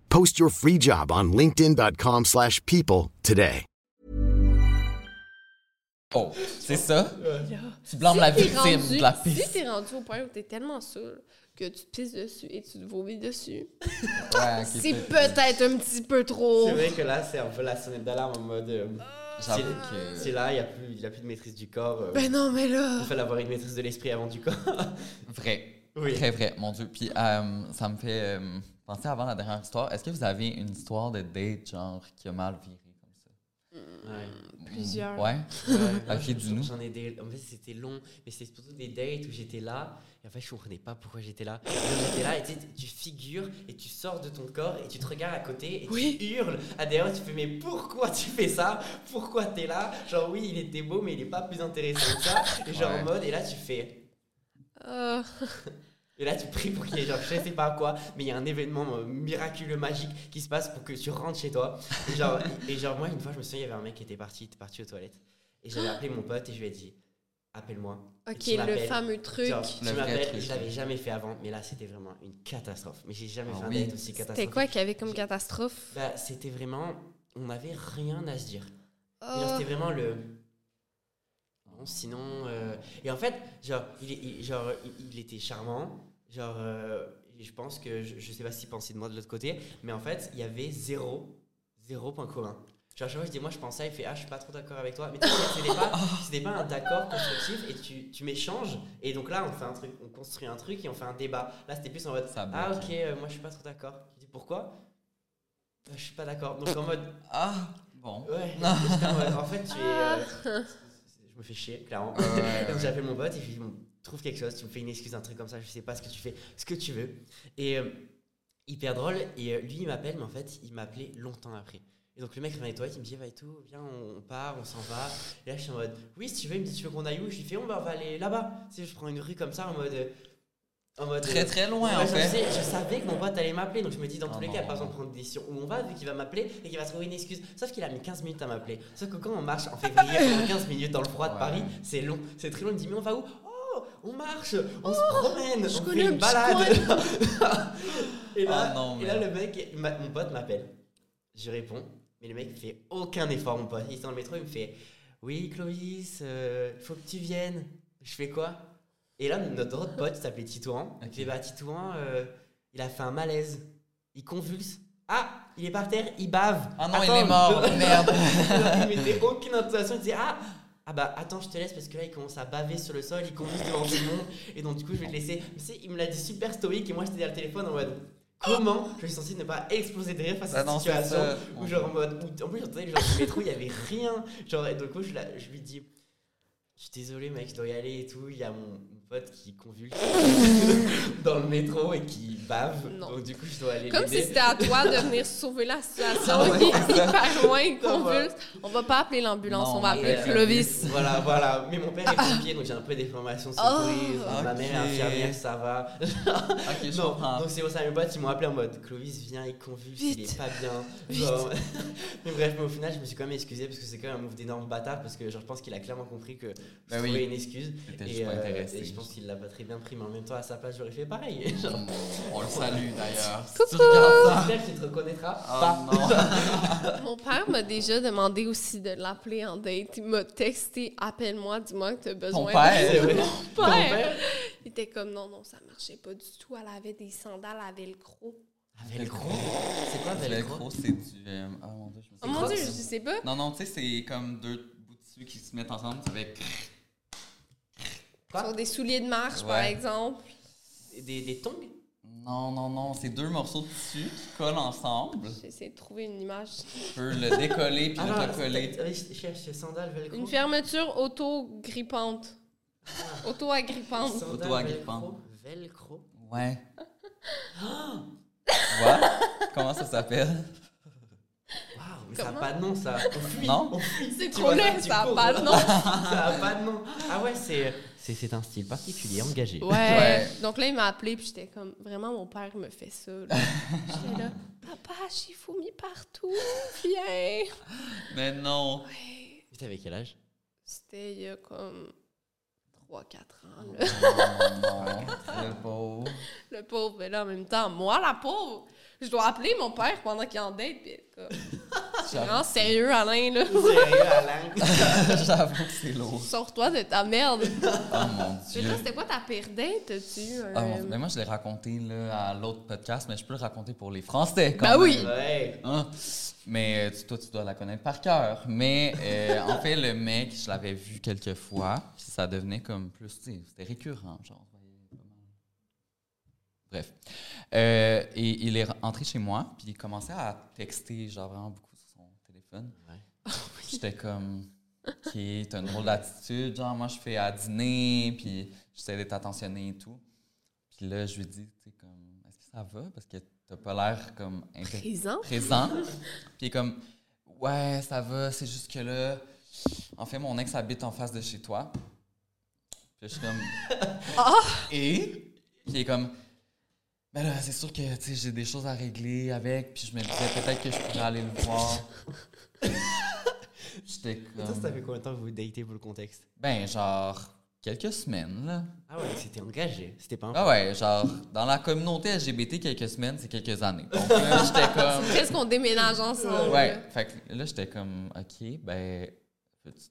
S4: Post your free job on linkedin.com/people slash people today.
S1: Oh, c'est ça? Tu blâmes la
S2: t'es
S1: victime
S2: rendu-
S1: de la
S2: Si
S1: pisse.
S2: t'es rendu au point où t'es tellement saoul que tu te pisses dessus et tu te vomis dessus,
S1: Ouais, ok,
S2: c'est
S1: peut-être.
S2: peut-être un petit peu trop.
S3: C'est vrai que là, c'est un peu la sonnette d'alarme en mode. euh,
S1: J'avoue
S3: c'est-
S1: que-
S3: C'est là, il n'y a, plus- il y a plus de maîtrise du corps. euh,
S2: Ben non, mais là.
S3: Il fallait avoir une maîtrise de l'esprit avant du corps.
S1: Vrai.
S3: Oui.
S1: Très vrai, mon Dieu. Puis euh, ça me fait euh, penser avant la dernière histoire. Est-ce que vous avez une histoire de date, genre, qui a mal viré comme ça?
S2: Plusieurs.
S1: Ouais?
S3: Moi,
S1: Ok,
S3: je-
S1: dis-nous.
S3: J'en ai des. En fait, c'était long, mais c'était surtout des dates où j'étais là. Et en fait, je comprenais pas pourquoi j'étais là. J'étais là et tu, sais, tu figures et tu sors de ton corps et tu te regardes à côté et tu hurles. Ah, d'ailleurs, tu fais Mais pourquoi tu fais ça Pourquoi t'es là Genre, oui, il était beau, mais il est pas plus intéressant que ça. Et genre,
S1: Ouais.
S3: en mode, et là, tu fais.
S2: Euh,
S3: Et là, tu pries pour qu'il y ait, genre, je sais pas quoi, mais il y a un événement euh, miraculeux, magique qui se passe pour que tu rentres chez toi. Et genre, et genre, moi, une fois, je me souviens, il y avait un mec qui était parti, il était parti aux toilettes. Et j'avais appelé mon pote et je lui ai dit, appelle-moi. Et
S2: ok,
S3: tu
S2: le
S3: m'appelles.
S2: fameux truc.
S3: Genre,
S1: Le
S3: tu
S1: vrai
S3: m'appelles,
S1: truc,
S3: je l'avais
S1: ouais.
S3: jamais fait avant, mais là, c'était vraiment une catastrophe. Mais j'ai jamais
S1: Ah
S3: fait un
S1: oui.
S3: date aussi catastrophique.
S2: C'était quoi qu'il y avait comme catastrophe?
S3: Bah, c'était vraiment, on n'avait rien à se dire. Et genre,
S2: Oh.
S3: c'était vraiment le. Bon, sinon. euh, Et en fait, genre, il, est- il- genre, il, il était charmant. Genre, euh, et je pense que. Je, je sais pas s'il pensait de moi de l'autre côté, mais en fait, il y avait zéro. Zéro point commun. Genre, à chaque fois, je dis, moi, je pensais, il fait, ah, je suis pas trop d'accord avec toi. Mais tu sais, c'était pas, c'était pas un d'accord constructif et tu, tu m'échanges. Et donc là, on fait un truc, on construit un truc et on fait un débat. Là, c'était plus en mode,
S1: Ça
S3: ah,
S1: bloque.
S3: ok, euh, moi, je suis pas trop d'accord. Je dis, pourquoi Euh, Je suis pas d'accord. Donc, en mode,
S1: Ah, bon.
S3: Ouais, euh,
S1: Euh,
S3: j'étais en mode, en fait, tu es. euh, je me fais chier, clairement. Donc Euh, j'appelle mon pote et je lui dis, bon, trouve quelque chose, tu me fais une excuse, un truc comme ça, je sais pas ce que tu fais, ce que tu veux. Et euh, hyper drôle. Et euh, lui, il m'appelle, mais en fait, il m'a appelé longtemps après. Et donc le mec revient avec toi, il me dit, va et tout, viens, on, on part, on s'en va. Et là, je suis en mode, oui, si tu veux, il me dit, tu veux qu'on aille où Je lui fais, on va, on va aller là-bas. Tu sais, je prends une rue comme ça, en mode. euh, en mode
S1: Très,
S3: euh,
S1: très loin, en
S3: je
S1: fait.
S3: sais- je savais que mon pote allait m'appeler, donc je me dis, dans
S1: Oh
S3: tous les
S1: non.
S3: cas, pas besoin de prendre une décision où on va, vu qu'il va m'appeler et qu'il va trouver une excuse. Sauf qu'il a mis 15 minutes à m'appeler. Sauf que quand on marche en février, pendant 15 minutes dans le froid de
S1: Ouais.
S3: Paris, c'est long, c'est très long. Il me dit, mais on va où Oh, on marche, on se promène,
S2: Oh, je
S3: on
S2: connais
S3: fait
S2: un
S3: une
S2: petit
S3: balade. et, là,
S1: Oh non,
S3: et là,
S1: mais-
S3: le mec, ma- mon pote m'appelle. Je réponds, mais le mec fait aucun effort, mon pote. Il est dans le métro, il me fait Oui, Clovis, euh, faut que tu viennes. Je fais quoi Et là, notre autre pote il s'appelait Titouan. Il
S1: Ok.
S3: fait Bah, Titouan, euh, il a fait un malaise. Il convulse. Ah, il est par terre, il bave.
S1: Ah non, il
S3: Attends.
S1: est mort, merde.
S3: Alors, il mettait aucune intonation, il disait Ah ah bah attends je te laisse parce que là il commence à baver sur le sol, il convulse devant tout le monde et donc du coup je vais te laisser. Mais tu sais, il me l'a dit super stoïque et moi j'étais derrière le téléphone en mode comment je suis censé ne pas exploser de rire face à
S1: Ah non,
S3: cette
S1: c'est
S3: situation
S1: ça.
S3: où genre en mode où- en plus j'entendais le genre du métro il y avait rien genre et du coup je, la- je lui dis je suis désolé mec je dois y aller et tout il y a mon, mon pote qui convulse dans le métro et qui bave
S2: Non.
S3: donc du coup je dois aller
S2: Comme si
S3: l'aider.
S2: c'était à toi de venir sauver la situation.
S3: Ah ouais,
S2: il est
S3: c'est ça.
S2: hyper loin,
S3: Ça va.
S2: convulse. On va pas appeler l'ambulance,
S1: Non,
S2: on va
S1: on
S2: appeler
S1: appelle
S2: Clovis.
S3: euh,
S2: Ah,
S3: Voilà, voilà. Mais mon père est pompier, donc j'ai un peu des formations secouristes.
S1: Oh,
S3: Ma
S1: ok.
S3: mère est infirmière, ça va.
S1: Ok, je
S3: non,
S1: comprends.
S3: donc c'est pour ça, mes potes, ils m'ont appelé en mode Clovis, viens, il convulse, il est
S2: Vite.
S3: pas bien.
S2: Vite.
S3: Genre, mais bref, mais au final, je me suis quand même excusé parce que c'est quand même un move d'énorme bâtard parce que genre, je pense qu'il a clairement compris que je
S1: Ben oui.
S3: trouvais une excuse.
S1: C'était juste
S3: Et,
S1: pas
S3: euh,
S1: intéressé.
S3: et je pense qu'il l'a pas très bien pris, mais en même temps, à sa place, j'aurais fait pareil. Genre,
S1: Hmm, On le salue d'ailleurs. Si tu regardes ça.
S3: J'espère que tu te reconnaîtras pas.
S1: Ah non.
S2: Mon père m'a déjà demandé aussi de l'appeler en date. Il m'a texté appelle-moi, dis-moi que t'as
S1: Ton
S2: besoin.
S3: C'est
S1: père.
S3: vrai.
S2: de-
S3: Ton père
S2: Il était comme non, non, ça marchait pas du tout. Elle avait des sandales, elle avait le croc.
S1: Velcro.
S3: C'est quoi Velcro
S1: Velcro, c'est du. euh, Oh mon dieu, je me
S2: Oh mon
S1: pas.
S2: dieu, je sais pas.
S1: Non, non, tu sais, c'est comme deux bouts de tissu qui se mettent ensemble. Ça fait.
S3: Quoi
S2: Sur des souliers de marche, par
S1: Ouais.
S2: exemple.
S3: Des, des tongs
S1: Non, non, non, c'est deux morceaux de tissu qui collent ensemble.
S2: J'essaie de trouver une image.
S1: Tu peux le décoller puis le
S3: non,
S1: recoller.
S3: attends, Je Ah, cherche sandales Velcro.
S2: Une fermeture auto-grippante.
S1: Ah.
S2: Auto-agrippante.
S3: Sandales
S1: Auto agrippant.
S3: Velcro. Velcro.
S1: Ouais. Quoi? Comment ça s'appelle?
S3: Waouh, mais ça n'a
S2: Comment
S3: pas de nom, ça. On fuit.
S1: Non?
S3: on fuit.
S2: C'est
S3: Tu
S2: trop
S3: vois,
S2: laid,
S3: tu
S2: ça a
S3: cours.
S2: pas de nom.
S3: ça a pas de nom. Ah ouais, c'est. C'est, c'est un style particulier, engagé.
S2: Ouais.
S1: Ouais.
S2: Donc là, il m'a appelé, puis j'étais comme, vraiment, mon père me fait ça. là. j'étais là, papa, j'ai fourmi partout, viens.
S1: Mais non.
S3: Mais T'avais quel âge
S2: C'était il y a comme 3-4 ans. Là.
S1: Non, c'est beau.
S2: Le pauvre, mais là, en même temps, moi, la pauvre, je dois appeler mon père pendant qu'il est en date, puis comme, c'est vraiment sérieux, Alain, là.
S3: Sérieux, Alain
S1: J'avoue que c'est lourd.
S2: Sors-toi de ta merde.
S1: Oh mon
S2: Mais
S1: dieu.
S2: toi, c'était quoi ta pire date? T'as-tu eu un-
S1: Ah, mon- mais moi, je l'ai raconté là, à l'autre podcast, mais je peux le raconter pour les Français. Quand
S2: Ben
S1: même.
S2: oui.
S3: Ouais.
S1: Hein? Mais euh, tu- toi, tu dois la connaître par cœur. Mais euh, en fait, le mec, je l'avais vu quelques fois. puis ça devenait comme plus, tu sais, c'était récurrent. Genre, on voyait pas mal. Bref. Euh, et il est rentré chez moi, puis il commençait à texter, genre vraiment beaucoup sur son téléphone. Puis J'étais comme, OK, t'as une drôle d'attitude. Genre, moi, je fais à dîner, puis j'essaie d'être attentionné et tout. Puis là, je lui dis, tu sais, comme, est-ce que ça va? Parce que t'as pas l'air comme inter-
S2: Présent?
S1: présent. Puis il est comme, ouais, ça va, c'est juste que là, en fait, mon ex habite en face de chez toi. Puis je suis comme, et Puis il est comme, ben là, c'est sûr que tu sais, j'ai des choses à régler avec, puis je me disais peut-être que je pourrais aller le voir. J'étais
S3: Attends, ça
S1: comme,
S3: fait combien de temps que vous datez pour le contexte
S1: ben genre, quelques semaines, là.
S3: Ah ouais, c'était engagé. C'était pas un.
S1: Ah ouais, genre, dans la communauté LGBT, quelques semaines, c'est quelques années. Donc là, j'étais comme.
S2: Qu'est-ce qu'on déménage ensemble?
S1: Ouais.
S2: là?
S1: Fait que là, j'étais comme, OK, ben,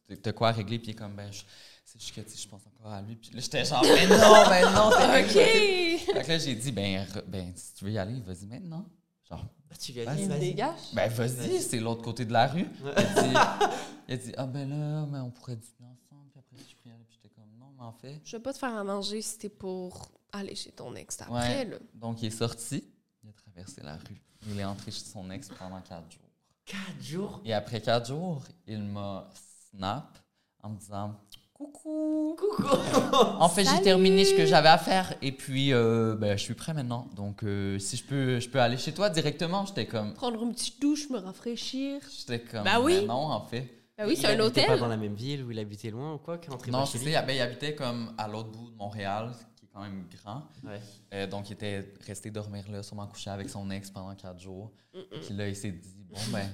S1: tu- t'as quoi à régler? Puis il est comme, ben, je- c'est juste que, tu sais, je pense encore à lui. Puis là, j'étais genre, mais non, mais non, c'est
S2: OK!
S1: Fait que là, j'ai dit, ben, re- ben, si tu veux y aller, vas-y maintenant. Genre,
S3: Ah, tu lui as dit,
S1: Vas-y.
S3: vas-y.
S2: Dégage.
S1: ben, vas-y, c'est l'autre côté de la rue. Il a dit, il a dit, ah, ben là, mais on pourrait dîner ensemble. Puis après, je pourrais y aller. Puis j'étais comme, non, mais en fait.
S2: Je vais pas te faire à manger si t'es pour aller chez ton ex après,
S1: Ouais.
S2: là.
S1: Donc, il est sorti, il a traversé la rue. Il est entré chez son ex pendant quatre jours.
S3: 4 jours
S1: Et après quatre jours, il m'a snap en me disant Coucou.
S2: Coucou!
S1: En fait, j'ai
S2: Salut.
S1: terminé ce que j'avais à faire et puis euh, ben, je suis prêt maintenant. Donc, euh, si je peux, je peux aller chez toi directement. J'étais comme,
S2: Prendre une petite douche, me rafraîchir.
S1: j'étais comme,
S2: Bah oui.
S1: ben non, en fait.
S2: Ben oui,
S3: Il
S2: c'est un
S3: habitait pas
S2: hôtel.
S3: dans la même ville ou il habitait loin ou quoi que rentrer
S1: Non,
S3: pas
S1: tu
S3: chez
S1: sais,
S3: lui.
S1: ben, il habitait comme à l'autre bout de Montréal, qui est quand même grand.
S3: Ouais.
S1: Euh, donc, il était resté dormir là, sûrement couché avec son ex pendant quatre jours. Puis là, il s'est dit, bon, ben,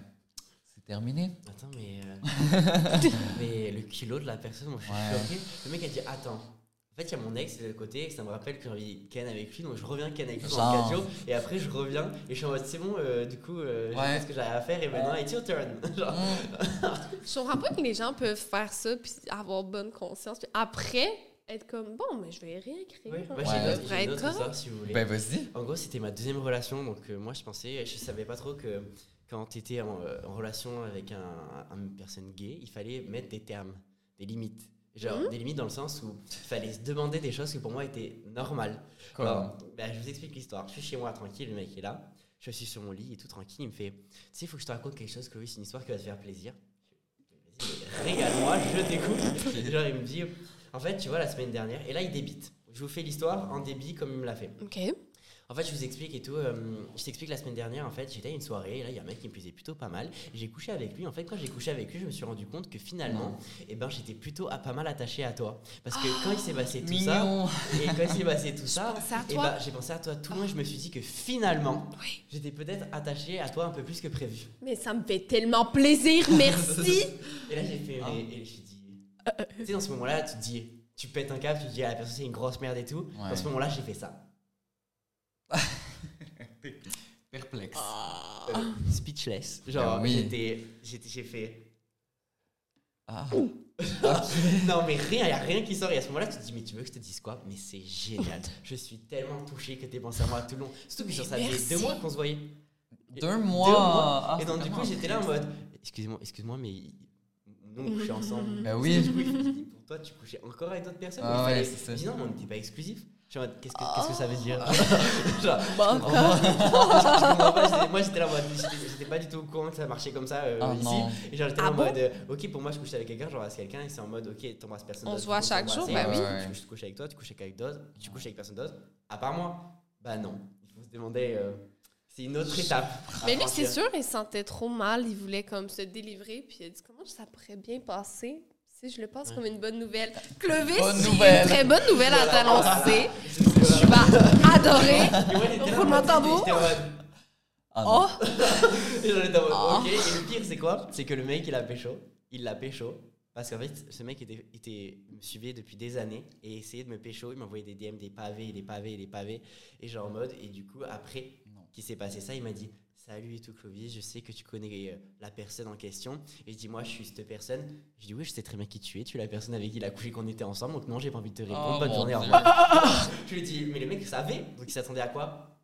S1: c'est terminé.
S3: Attends, mais. euh, mais le kilo de la personne, moi je suis
S1: Ouais.
S3: choqué. Le mec a dit Attends, en fait, il y a mon ex de côté, ça me rappelle que j'ai envie de ken avec lui, donc je reviens ken avec lui dans
S1: Genre.
S3: 4 jours, et après je reviens, et je suis en mode C'est bon, euh, du coup, euh, j'ai
S1: Ouais.
S3: fait ce que j'avais à faire, et maintenant it's your turn.
S2: Ah.
S3: Genre,
S1: Mm.
S2: Je comprends pas que les gens peuvent faire ça puis avoir bonne conscience. Puis après, être comme bon, mais je vais réécrire.
S3: oui, moi
S2: Ouais.
S3: j'ai
S1: Ouais.
S3: une
S2: Ça
S3: autre, j'ai
S2: devrait
S3: une autre
S2: être comme.
S3: histoire, si vous voulez.
S1: Ben, vas-y.
S3: En gros, c'était ma deuxième relation, donc euh, moi je pensais, je savais pas trop que quand tu étais en, euh, en relation avec un, une personne gay, il fallait mettre des termes, des limites. Genre des limites dans le sens où il fallait se demander des choses qui pour moi étaient normales.
S1: Comme?
S3: Alors, bah, je vous explique l'histoire. Je suis chez moi tranquille, le mec est là, je suis sur mon lit et tout tranquille, il me fait, tu sais, il faut que je te raconte quelque chose, Chloé, c'est une histoire qui va te faire plaisir. Vas-y, Régale-moi, je t'écoute. Genre il me dit, en fait, tu vois, la semaine dernière, et là il débite. Je vous fais l'histoire en débit comme il me l'a fait.
S2: Ok.
S3: En fait, je vous explique et tout. euh, je t'explique la semaine dernière, en fait, j'étais à une soirée et là, il y a un mec qui me plaisait plutôt pas mal. Et J'ai couché avec lui. En fait, quand j'ai couché avec lui, je me suis rendu compte que finalement, eh ben, j'étais plutôt à pas mal attaché à toi. Parce que quand il s'est passé tout
S1: mignon.
S3: ça, et quand il s'est passé tout ça,
S2: pensais à
S3: eh
S2: toi.
S3: ben, j'ai pensé à toi tout le long. Je me suis dit que finalement,
S2: Oui.
S3: j'étais peut-être attaché à toi un peu plus que prévu.
S2: Mais ça me fait tellement plaisir, merci.
S3: Et là, j'ai
S2: Ah.
S3: fait. Et, et je me suis dit.
S2: Euh,
S3: Tu sais, dans ce moment-là, tu te dis. Tu pètes un câble, tu te dis à la personne c'est une grosse merde et tout. Dans ce moment-là, j'ai fait ça.
S1: Perplexe.
S2: Ah.
S3: Euh, speechless. Genre,
S1: Ben oui.
S3: j'étais, j'étais, j'ai fait.
S1: Ah.
S3: Non, mais rien, il a rien qui sort. Et à ce moment-là, tu te dis, mais tu veux que je te dise quoi Mais c'est génial. je suis tellement touché que t'aies pensé à moi tout le long. Surtout que genre, ça
S2: merci.
S3: faisait deux mois qu'on se voyait.
S1: Deux
S3: Et-
S1: mois. Ah,
S3: Et donc,
S1: c'est
S3: du coup,
S1: vraiment
S3: j'étais là en mode, excusez-moi, excuse-moi, mais il- nous, on couchait ensemble.
S1: Ben oui.
S3: Du coup, il me dit, pour toi, tu couchais encore avec d'autres personnes.
S1: Ah
S3: mais il
S1: ouais,
S3: fallait-
S1: c'est ça. Ah.
S3: Je dis, non, mais on n'était pas exclusif. Je suis en mode, qu'est-ce que, qu'est-ce que ça veut dire Genre,
S2: Bah,
S3: je comprends pas. Je comprends pas. J'étais- Moi, j'étais là en mode, j'étais- j'étais pas du tout au courant que ça marchait comme ça euh,
S1: Ah
S3: ici.
S1: non.
S3: Et genre, j'étais là
S2: Ah
S3: en
S2: bon
S3: mode, euh, ok, pour moi, je couche avec quelqu'un, j'embrasse quelqu'un, et c'est en mode, ok, t'embrasses personne
S2: On
S3: d'autre,
S2: se voit
S3: faut
S2: chaque jour,
S3: s'embrasser,
S1: bah oui.
S3: euh, Je, je couche avec toi, tu couches avec d'autres, tu couches avec personne d'autre, à part moi. Bah non. Il faut se demander, euh, c'est une autre étape. à
S2: Mais lui, c'est
S3: franchir.
S2: sûr, il se sentait trop mal, il voulait comme se délivrer, puis il a dit comment ça pourrait bien passer si je le passe comme une bonne nouvelle. Clovis,
S1: Bonne
S2: j'ai
S1: nouvelle.
S2: une très bonne nouvelle à t'annoncer.
S3: Voilà.
S2: Tu vas adorer.
S3: Et moi, j'étais là,
S2: Roulement de tambour.
S3: j'étais en mode-
S1: Ah non.
S2: Oh,
S3: Et j'en étais en mode, ok. Et le pire, c'est quoi C'est que le mec, il a pécho. Il l'a pécho. Parce qu'en fait, ce mec était, était, me suivait depuis des années et essayait de me pécho. Il m'envoyait des DM, des pavés, des pavés, des pavés. Et genre en mode, et du coup, après qu'il s'est passé ça, il m'a dit Salut et tout, Clovis, je sais que tu connais euh, la personne en question. Et je dis Moi, je suis cette personne. Je dis Oui, je sais très bien qui tu es. Tu es la personne avec qui il a couché qu'on était ensemble. Donc non, j'ai pas envie de te répondre.
S1: Oh,
S3: Bonne
S1: mon
S3: journée, au
S1: Dieu.
S3: revoir. Je lui ai dit Mais le mec savait. Donc il s'attendait à quoi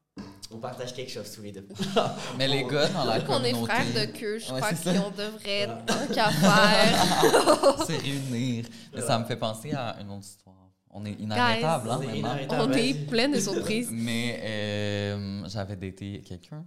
S3: On partage quelque chose tous les deux. Oh.
S1: Mais les gars, dans la
S2: vu qu'on est
S1: communauté,
S2: frères de queue, je
S1: Ouais,
S2: crois
S1: c'est ça.
S2: qu'on devrait, tant qu'à faire.
S1: se réunir. Mais ça me fait penser à une autre histoire. On est inarrêtable, hein,
S3: C'est
S1: maintenant.
S3: inarrêtable.
S2: On
S3: Vas-y.
S2: est plein de surprises.
S1: Mais euh, j'avais daté quelqu'un.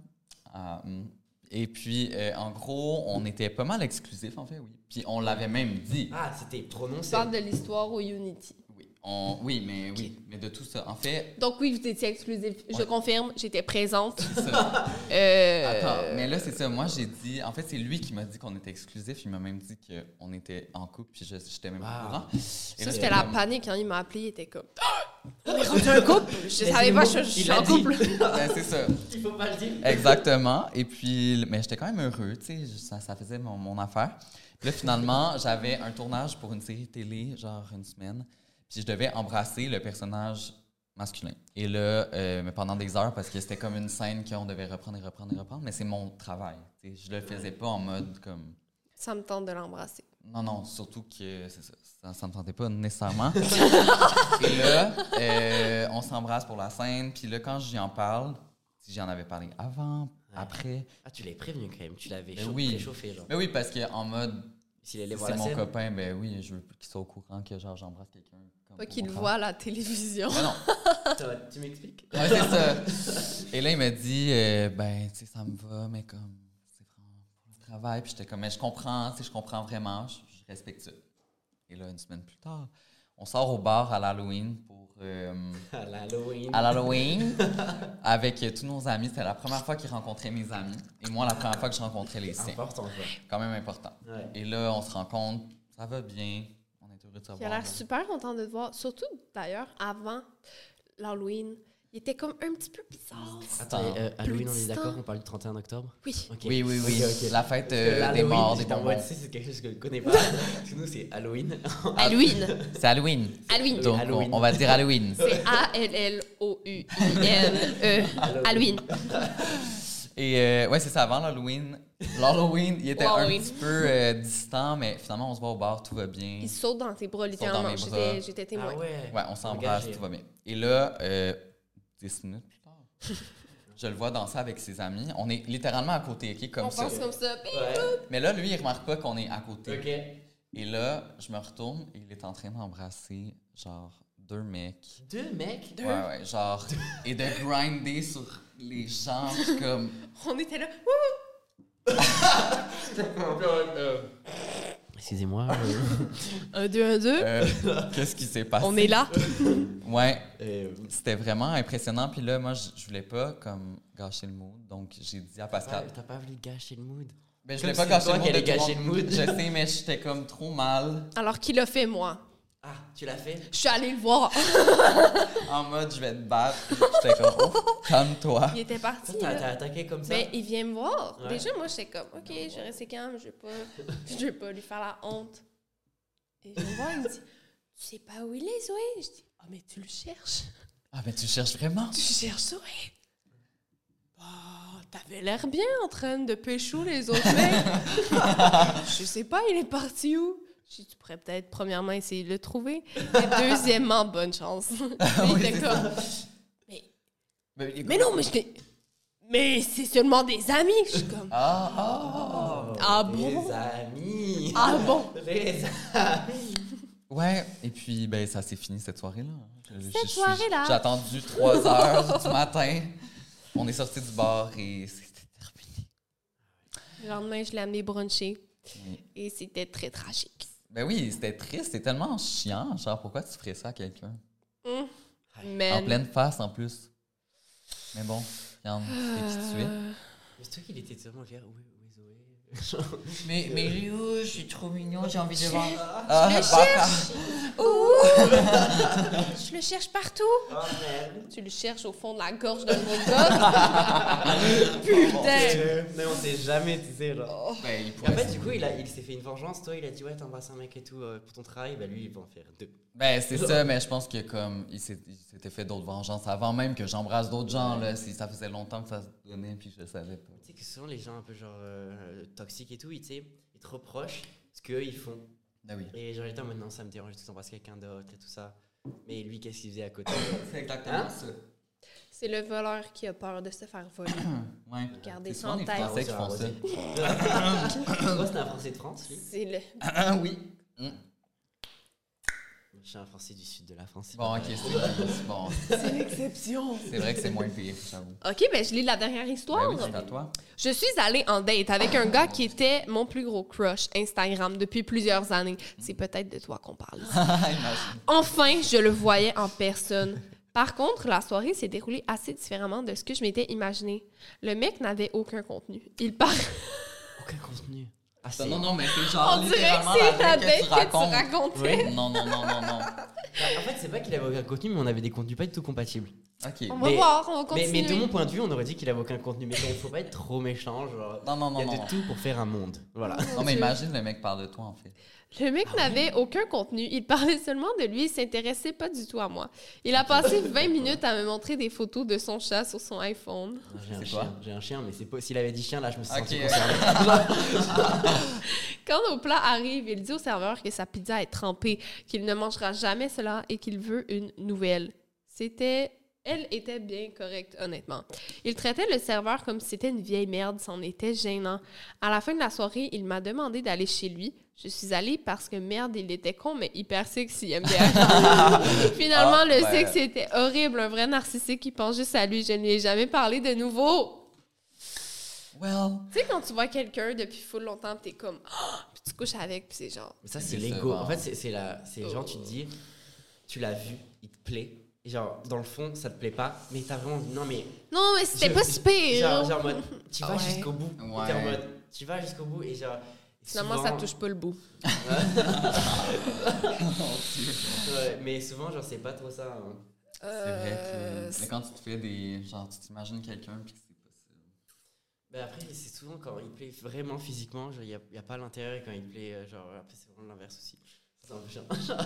S1: Ah, hmm. et puis, euh, en gros, on était pas mal exclusifs, en fait, oui. Puis on l'avait même dit.
S3: Ah, c'était
S2: Je
S3: prononcé.
S2: parle de l'histoire au Unity.
S1: Oui, on- oui, mais oui, mais de tout ça. En fait,
S2: Donc oui, vous étiez exclusif. Je confirme, j'étais présente.
S1: ça-
S2: Euh,
S1: Attends, mais là, c'est ça. Moi, j'ai dit. En fait, c'est lui qui m'a dit qu'on était exclusifs. Il m'a même dit qu'on était en couple, puis je- j'étais même au courant. Et là,
S2: ça, c'était
S1: j'étais
S2: la
S1: comme-
S2: panique quand il m'a appelé, il était comme Ah! On est rendu un couple. Je savais pas, je je suis en couple.
S1: Ben, c'est ça.
S3: Il faut pas le dire.
S1: Exactement. Et puis, mais j'étais quand même heureux, tu sais, je- ça, ça faisait mon, mon affaire. Puis là, finalement, j'avais un tournage pour une série télé, genre une semaine. Puis je devais embrasser le personnage masculin. Et là, euh, mais pendant des heures, parce que c'était comme une scène qu'on devait reprendre et reprendre et reprendre, mais c'est mon travail. tu sais. Je le faisais pas en mode comme.
S2: Ça me tente de l'embrasser.
S1: Non, non, surtout que c'est ça, ça, ça me tentait pas nécessairement. et là, euh, on s'embrasse pour la scène. Puis là, quand j'y en parle, si j'en avais parlé avant, après,
S3: Ah, tu l'avais prévenu quand même, tu l'avais
S1: Ben
S3: chaud-
S1: oui.
S3: préchauffé. Genre.
S1: Ben oui, parce qu'en mode,
S3: S'il allait
S1: c'est
S3: voir la
S1: mon
S3: scène.
S1: copain, ben oui, je veux qu'il soit au courant que genre j'embrasse quelqu'un. comme
S2: Pas
S1: au
S2: qu'il le
S1: contraire.
S2: voit à la télévision.
S1: Ben non,
S3: Ça va, Tu m'expliques
S1: Ouais, c'est ça. Et là, il m'a dit, euh, ben, tu sais, ça me va, mais comme, c'est vraiment pour le travail. Puis j'étais comme, mais je comprends, tu sais, je comprends vraiment, je, je respecte ça. Et là, une semaine plus tard, on sort au bar à l'Halloween pour. euh,
S3: À Ah, l'Halloween.
S1: à l'Halloween avec euh, tous nos amis. C'était la première fois qu'ils rencontraient mes amis. Et moi, la première fois que je rencontrais les siens.
S3: Important, quoi.
S1: Quand même important.
S3: Ouais.
S1: Et là, on se rencontre. Ça va bien. On est heureux de se
S2: Il a
S1: voir.
S2: l'air super content de te voir. Surtout, d'ailleurs, avant l'Halloween, il était comme un petit peu bizarre.
S1: Ah.
S3: Attends, euh, Halloween, on est
S2: distant.
S3: d'accord, on parle du 31 octobre
S2: Oui.
S3: Ok.
S1: Oui, oui, oui.
S3: Ok, ok.
S1: La fête euh,
S3: Parce que
S1: des morts,
S3: l'Halloween,
S1: des
S3: j'étais en
S1: bonbons.
S3: mode, tu sais, c'est quelque chose que je connais pas. Parce que nous, c'est Halloween.
S2: Halloween.
S1: C'est Halloween.
S2: Halloween.
S1: Donc, on-
S3: Halloween.
S1: On, va dire Halloween.
S2: C'est A-L-L-O-U-I-N-E. E. Halloween.
S1: Et euh, ouais, c'est ça, avant l'Halloween. L'Halloween, il était un
S2: L'Halloween.
S1: petit peu euh, distant, mais finalement, on se voit au bar, tout va bien.
S2: Il saute dans tes bras, littéralement.
S1: mes bras.
S2: J'étais- J'étais témoin.
S3: Ah ouais.
S1: Ouais, on s'embrasse,
S3: Engagé. hein.
S1: tout va bien. Et là, euh, 10 minutes plus tard, je le vois danser avec ses amis. On est littéralement à côté, OK, comme
S2: On
S1: ça.
S2: pense comme ça. Bing,
S3: Ouais.
S2: boum.
S1: Mais là, lui, il remarque pas qu'on est à côté.
S3: Ok.
S1: Et là, je me retourne et il est en train d'embrasser, genre, deux mecs.
S3: Deux mecs.
S1: Ouais, ouais, genre, et de grinder sur les gens, je suis comme.
S2: On était là. Wouhou!
S3: euh. Excusez-moi. euh.
S2: Un, deux, un, deux.
S1: euh, Qu'est-ce qui s'est passé?
S2: On est là.
S1: Ouais.
S3: euh,
S1: C'était vraiment impressionnant. Puis là, moi, je je voulais pas, comme, gâcher le mood. Donc, j'ai dit à
S3: t'as
S1: Pascal.
S3: Ah, t'as pas voulu gâcher le mood.
S1: Ben, je
S3: Comme
S1: voulais pas
S3: c'est
S1: gâcher
S3: toi
S1: le mood.
S3: qui
S1: de
S3: allais
S1: tout
S3: gâcher
S1: monde.
S3: le mood.
S1: Je sais, mais j'étais comme trop mal.
S2: Alors qu'il a fait, moi.
S3: Ah, tu l'as fait
S2: Je suis allée le voir.
S1: En mode, je vais te battre. J'étais comme, oh, calme-toi.
S2: Il était parti.
S3: T'as
S2: là.
S3: t'as attaqué comme ça
S2: Ben, il vient me voir. Déjà, moi, j'étais comme, OK, je vais rester calme, je vais pas, je vais pas lui faire la honte. Et il vient me voir, il me dit, Tu sais pas où il est, Zoé? Je dis, Ah, mais tu le cherches.
S1: Ah, ben, tu cherches vraiment?
S2: Tu cherches Zoé? Bah, t'avais l'air bien en train de pécho les autres mecs. je sais pas, il est parti où? Je dis, tu pourrais peut-être, premièrement, essayer de le trouver. Et deuxièmement, bonne chance. il était comme, mais mais non, mais je t'ai- Mais c'est seulement des amis. Je suis comme. Ah,
S1: ah.
S2: bon?
S3: Les amis.
S2: Ah bon?
S3: Les amis.
S1: Ouais, et puis, ben, ça s'est fini cette soirée-là. Cette
S2: soirée-là.
S1: J'ai attendu 3 heures du matin. On est sorti du bar et c'était terminé.
S2: Le lendemain, je l'ai amené bruncher. Et c'était très tragique.
S1: Ben oui, c'était triste, c'était tellement chiant. Genre, pourquoi tu ferais ça à quelqu'un?
S2: Mais.
S1: En pleine face, en plus. Mais bon, regarde, c'est qui tu es.
S3: Mais C'est toi qui était tellement fier. Oui, oui, Zoé.
S1: Mais, mais Léo, je suis trop mignon, j'ai envie de voir. Ah,
S2: Je le cherche! Ouh! je le cherche partout!
S1: Ah,
S2: Tu le cherches au fond de la gorge de mon gars. Putain!
S3: Mais on sait jamais, tu sais, genre.
S1: Ben, il
S3: Et en
S1: pourrait
S3: fait, du coup, Bah, il, a- il s'est fait une vengeance. Toi, il a dit, ouais, t'embrasses un mec et tout euh, pour ton travail. Bah, lui, il va en faire deux.
S1: Ben, c'est ça, mais je pense que comme il s'est- il s'était fait d'autres vengeances avant même que j'embrasse d'autres gens, là, si ça faisait longtemps que ça se donnait, puis je savais pas.
S3: Tu sais que souvent, les gens un peu genre euh, toxiques et tout, ils, tu sais, ils te reprochent ce qu'eux, ils font.
S1: Ben oui.
S3: Et genre, j'étais en mode, non, ça me dérange, tu t'embrasses quelqu'un d'autre et tout ça. Mais lui, qu'est-ce qu'il faisait à côté
S1: C'est exactement ça.
S2: C'est le voleur qui a peur de se faire voler.
S1: Ouais.
S2: Gardez
S1: C'est
S2: ça
S1: souvent
S2: en
S1: les
S2: tête.
S1: Français qui font ça.
S3: Moi, c'était un Français de France, lui.
S2: C'est le.
S1: Ah oui. Mm.
S3: Je suis un Français du sud de la France. c'est
S1: Bon,
S3: pas
S1: ok,
S3: pareil.
S1: c'est c'est bon.
S2: C'est l'exception!
S1: C'est vrai que c'est moins pire, j'avoue.
S2: Ok, ben je lis la dernière histoire.
S1: Ben oui, c'est à toi.
S2: Je suis allée en date avec un gars qui était mon plus gros crush Instagram depuis plusieurs années. C'est peut-être de toi qu'on parle.
S1: Ah, Imagine.
S2: Enfin, je le voyais en personne. Par contre, la soirée s'est déroulée assez différemment de ce que je m'étais imaginé. Le mec n'avait aucun contenu. Il par...
S3: Aucun contenu. Ah, c'est-
S1: Non, non, mais c'est genre
S2: On dirait
S1: littéralement
S2: que c'est la
S1: la
S2: date que tu
S1: racontes.
S2: racontais.
S1: Oui. Non, non, non, non, non.
S3: En fait, c'est pas qu'il avait aucun contenu, mais on avait des contenus pas du tout compatibles.
S1: Ok.
S2: On va voir, on va
S3: mais,
S2: continuer.
S3: mais de mon point de vue, on aurait dit qu'il avait aucun contenu. Mais il faut pas être trop méchant. Genre,
S1: Non, non, non,
S3: Il y a
S1: non.
S3: de tout pour faire un monde. Voilà.
S1: Non, mais imagine le mec parle de toi, en fait.
S2: Le mec n'avait aucun contenu. Il parlait seulement de lui et s'intéressait pas du tout à moi. Il a passé 20 minutes à me montrer des photos de son chat sur son iPhone.
S3: J'ai un
S1: C'est
S3: chien,
S1: quoi?
S3: j'ai un chien, mais c'est pas. S'il avait dit chien, là, je me suis
S1: Ok.
S3: senti concerné.
S2: Quand nos plats arrivent, il dit au serveur que sa pizza est trempée, qu'il ne mangera jamais cela et qu'il veut une nouvelle. C'était. Elle était bien correcte, honnêtement. Il traitait le serveur comme si c'était une vieille merde, c'en était gênant. À la fin de la soirée, il m'a demandé d'aller chez lui. Je suis allée parce que merde, il était con, mais hyper sexy, MDR. Finalement,
S1: Ah,
S2: le
S1: ben.
S2: sexe était horrible, un vrai narcissique qui pense juste à lui. Je ne lui ai jamais parlé de nouveau.
S1: Well.
S2: Tu sais, quand tu vois quelqu'un depuis full longtemps, pis t'es comme, Ah! puis tu couches avec, puis c'est genre.
S3: Mais ça, c'est
S1: Décevant.
S3: l'ego. En fait, c'est- c'est la. C'est genre, tu te dis, tu l'as vu, il te plaît. Et genre, dans le fond, ça te plaît pas, mais t'as vraiment dit, non, mais.
S2: Non, mais c'était
S3: je-
S2: pas super.
S3: Genre, genre, en mode, tu vas
S2: Ouais.
S3: jusqu'au bout. Et t'es en
S1: Ouais.
S3: mode, tu vas jusqu'au bout, et genre.
S2: Finalement, ça
S3: souvent-
S2: touche pas le bout.
S3: Ouais, mais souvent, genre, c'est pas trop ça. hein.
S1: C'est euh,
S2: Euh,
S1: vrai que. Mais quand tu te fais des. Genre, tu t'imagines quelqu'un, puis que c'est pas ça.
S3: Mais Bah, après, c'est souvent quand il te plaît vraiment physiquement, genre, il n'y a, pas l'intérêt, et quand il te plaît, euh, genre, après, c'est vraiment l'inverse aussi. C'est un peu chiant.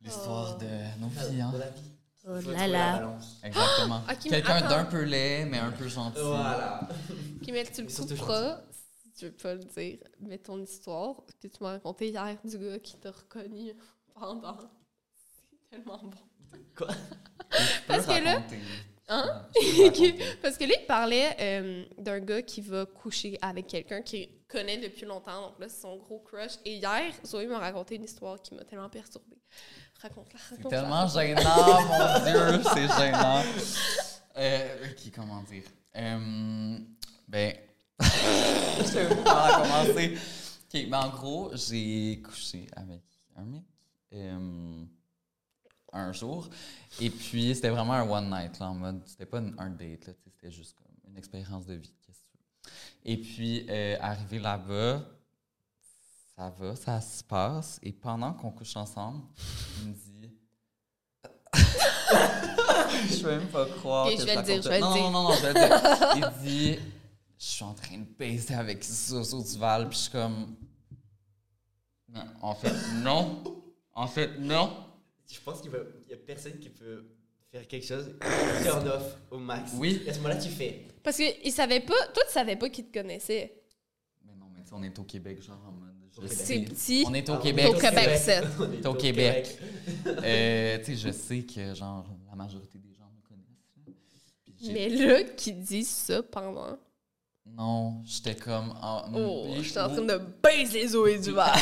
S1: L'histoire de nos vies, hein.
S3: Dans la vie.
S2: Oh
S3: faut
S2: là
S3: trouver
S2: là.
S3: la balance.
S1: Exactement.
S2: Oh. Ok, mais
S1: quelqu'un
S2: ah, attends.
S1: d'un peu laid, mais un peu gentil.
S3: Voilà.
S2: Puis, mais tu le
S3: Ils sont toujours
S2: couperas, si tu veux pas le dire, mais ton histoire que tu m'as racontée hier du gars qui t'a reconnu pendant. C'est tellement bon.
S3: Quoi
S2: Parce que là- Hein?
S1: Ah,
S2: Parce que là, il parlait euh, d'un gars qui va coucher avec quelqu'un qu'il connaît depuis longtemps. Donc là, c'est son gros crush. Et hier, Zoé m'a raconté une histoire qui m'a tellement perturbée. Raconte-la,
S1: C'est
S2: raconte-la.
S1: tellement gênant, mon Dieu, c'est gênant. Euh, ok, comment dire? Euh, ben. Je sais pas par commencer. Ok, ben en gros, j'ai couché avec un mec euh, un jour. Et puis, c'était vraiment un one night, là, en mode. C'était pas une- un date, là, tu sais, c'était juste comme une expérience de vie. Qu'est-ce que tu veux? Et puis, euh, arrivé là-bas, ça va, ça se passe. Et pendant qu'on couche ensemble, il me dit. je peux même pas croire.
S2: Ok,
S1: que
S2: je vais
S1: ça
S2: le dire,
S1: compte-
S2: je vais le
S1: non,
S2: dire.
S1: Non, non, non, je vais le dire. Il dit Je suis en train de baiser avec Zozo Duval. Puis je suis comme. Non, en fait, non. En fait, non.
S3: Je pense qu'il n'y a personne qui peut faire quelque chose turn off au max.
S1: Oui.
S3: Et à ce moment-là, tu fais.
S2: Parce qu'il savait pas, toi, tu savais pas qu'il te connaissait.
S1: Mais non, mais tu sais, on est au Québec, genre en mode. je
S3: Québec.
S1: sais.
S2: C'est petit.
S1: On est au
S3: Ah,
S1: Québec.
S2: au Québec, c'est-
S3: On est
S1: au Québec. Euh, tu sais, je sais que, genre, la majorité des gens me connaissent. là. Puis j'ai-
S2: Mais là, qui dit ça pendant.
S1: Non, j'étais comme. ah, mm,
S2: Oh,
S1: puis-
S2: je suis en train de baiser Zoé Duval.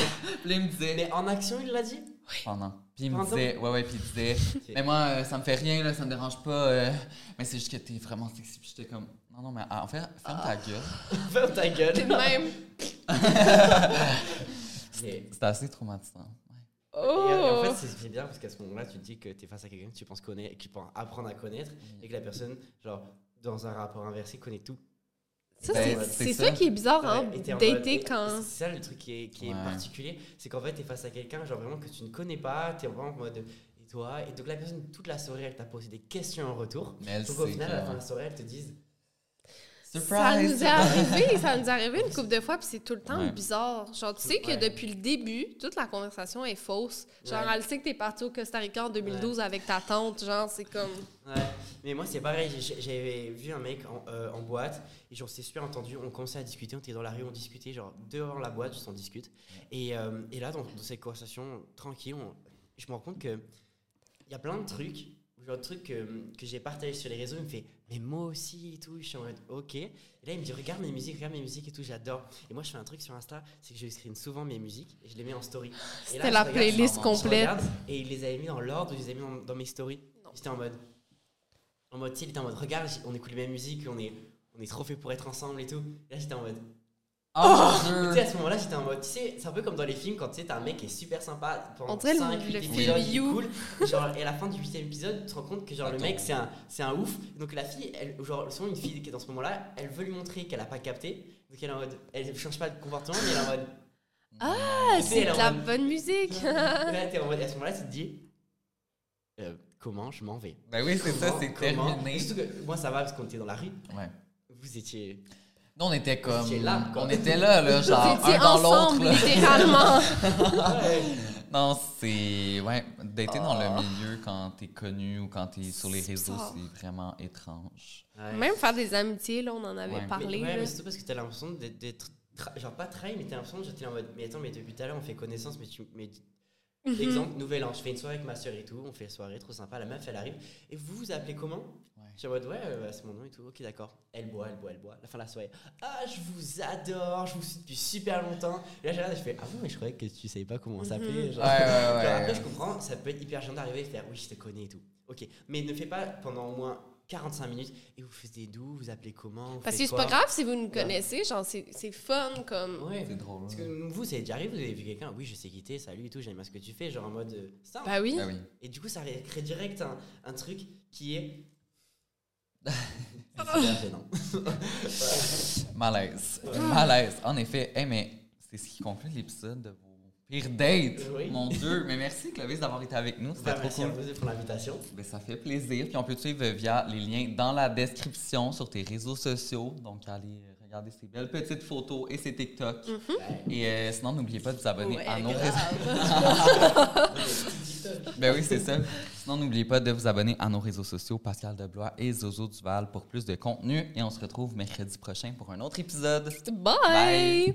S1: Puis il me disait.
S3: Mais en action, il l'a dit
S1: Pendant. Puis il me
S3: Pendant?
S1: disait. Ouais, ouais, puis il disait. Mais moi, euh, ça me fait rien, là, ça me dérange pas. euh, mais c'est juste que t'es vraiment sexy. Puis j'étais comme. Non, non, mais ah, en fait, ferme ta gueule.
S3: Ferme ta
S2: C'est
S3: gueule.
S2: de même.
S3: Et-
S1: C'était assez traumatisant. Ouais.
S3: Et en
S2: Oh!
S3: fait, c'est- c'est bien parce qu'à ce moment-là, tu te dis que tu es face à quelqu'un que tu penses connaître, que tu penses apprendre à connaître,
S1: Mm.
S3: et que la personne, genre, dans un rapport inversé, connaît tout.
S2: Ça,
S1: Ben,
S2: c'est
S1: c'est
S2: c'est
S1: ça.
S2: ça qui est bizarre, hein?
S3: Ouais, et t'es en mode-
S2: Dater
S3: et-
S2: quand.
S3: et C'est ça le truc qui est, qui est
S1: Ouais.
S3: particulier, c'est qu'en fait, t'es face à quelqu'un, genre vraiment que tu ne connais pas, t'es vraiment en mode. Et toi Et donc la personne, toute la soirée, elle t'a posé des questions en retour.
S1: Mais elle
S3: donc au
S1: sait
S3: final,
S1: que-
S3: à la fin de la soirée, elle te disent
S2: Ça nous
S1: Surprise!
S2: est arrivé, ça nous est arrivé une couple de fois, puis c'est tout le temps
S1: Ouais.
S2: bizarre. Genre, tu sais que
S3: Ouais.
S2: depuis le début, toute la conversation est fausse. Genre,
S3: Ouais.
S2: elle sait que t'es parti au Costa Rica en 2012 avec ta tante. Genre, c'est comme.
S3: Ouais, mais moi c'est pareil, j'ai- j'avais vu un mec en, euh, en boîte, et genre c'était super entendu, on commençait à discuter, on était dans la rue, on discutait, genre devant la boîte, on discute. Et, euh, et là, dans, dans cette conversation tranquille, on- je me rends compte que il y a plein de trucs, genre de trucs que, que j'ai partagé sur les réseaux, il me fait, mais moi aussi et tout, je suis en mode, ok. Et là, il me dit, regarde mes musiques, regarde mes musiques et tout, j'adore. Et moi, je fais un truc sur Insta, c'est que je screen souvent mes musiques et je les mets en story. Et là,
S2: C'était
S3: je
S2: la
S3: regarde,
S2: playlist
S3: je
S2: complète.
S3: regarde, Et il les avait mis dans l'ordre, il les avait mis dans, dans mes stories. J'étais en mode, en mode, tu sais, il était en mode, regarde, j- on écoute les mêmes musiques, on est, on est trop fait pour être ensemble et tout. Et là, j'étais en mode.
S1: Oh,
S3: Tu
S1: mon
S3: sais,
S1: Dieu!
S3: à ce moment-là, j'étais en mode, tu sais, c'est un peu comme dans les films quand tu sais, t'as un mec qui est super sympa pendant
S2: On dirait le-
S3: 5
S2: le
S3: 8
S2: film
S3: épisodes, il est
S2: You.
S3: cool. Genre, et à la fin du 8 épisode, tu te rends compte que genre le
S1: Attends.
S3: mec, c'est un, c'est un ouf. Donc la fille, elle, genre, souvent une fille qui est dans ce moment-là, elle veut lui montrer qu'elle a pas capté. Donc elle est en mode, elle change pas de comportement, mais elle est en mode.
S2: Ah,
S3: c'est
S2: c'est de la
S3: énorme.
S2: bonne musique!
S3: Et là, t'es en mode, à ce moment-là, tu te dis, euh, comment je m'en vais
S1: Ben oui, c'est ça,
S3: Comment-
S1: c'est
S3: comment-
S1: terminé.
S3: Surtout que moi, ça va parce qu'on était dans la rue.
S1: Ouais.
S3: Vous étiez.
S1: Nous, on était comme.
S3: étiez là, quoi.
S1: on était là, là, genre,
S2: Vous étiez
S1: un dans l'autre.
S2: ensemble,
S1: là.
S2: littéralement!
S1: Non, c'est. Ouais, d'être dans le milieu quand t'es connu ou quand t'es sur les réseaux,
S2: Ah. bizarre.
S1: c'est vraiment étrange.
S2: Même faire des amitiés, là, on en avait
S1: Ouais. Mais-
S2: parlé.
S3: Mais, ouais,
S2: là.
S3: mais surtout parce que t'as l'impression d'être- d'être. tra- Genre pas trahi, mais t'as l'impression que j'étais en mode. Mais attends, mais depuis tout à l'heure, on fait connaissance, mais tu. Mais...
S1: Mhm.
S3: Exemple, nouvel an, je fais une soirée avec ma soeur et tout, on fait une soirée trop sympa, la meuf elle arrive, et vous vous appelez comment Je suis en mode ouais, euh, c'est mon nom et tout, ok d'accord. Elle boit, elle boit, elle boit, la fin de la soirée. Ah, je vous adore, je vous suis depuis super longtemps. Et là je regarde, je fais ah bon, mais je croyais que tu savais pas comment on s'appelait. genre.
S1: Mhm. Ouais, ouais, ouais.
S3: Genre, après je comprends, ça peut être hyper gênant d'arriver et faire oui, je te connais et tout. Ok, mais ne fais pas pendant au moins 45 minutes et vous faites des doux, vous appelez comment vous
S2: Parce que
S3: faites
S2: c'est pas
S3: quoi
S2: grave Bah, si vous nous connaissez, genre, c'est c'est fun comme.
S3: Ouais.
S1: C'est drôle,
S3: Parce que vous, c'est déjà arrivé, vous avez vu quelqu'un, oui, je sais quitter, salut et tout, j'aime bien ce que tu fais, genre en mode euh, simple.
S2: Bah oui.
S1: Ah oui.
S3: Et du coup, ça crée direct un, un truc qui est. C'est gênant.
S1: Malaise.
S2: Ah.
S1: Malaise. En effet. Eh, mais c'est ce qui conclut l'épisode de vos pires dates.
S3: Oui.
S1: Mon Dieu. Mais merci, Clovis, d'avoir été avec nous. C'était
S3: Bah,
S1: trop
S3: merci
S1: cool.
S3: à vous pour l'invitation.
S1: Ben, ça fait plaisir. Puis on peut te suivre via les liens dans la description sur tes réseaux sociaux. Donc, allez regarder ces belles petites photos et ces TikTok. Et euh, sinon, n'oubliez pas de vous abonner à nos réseaux Ben oui, c'est ça. Sinon, n'oubliez pas de vous abonner à nos réseaux sociaux, Pascal Deblois et Zozo Duval, pour plus de contenu. Et on se retrouve mercredi prochain pour un autre épisode.
S2: Bye.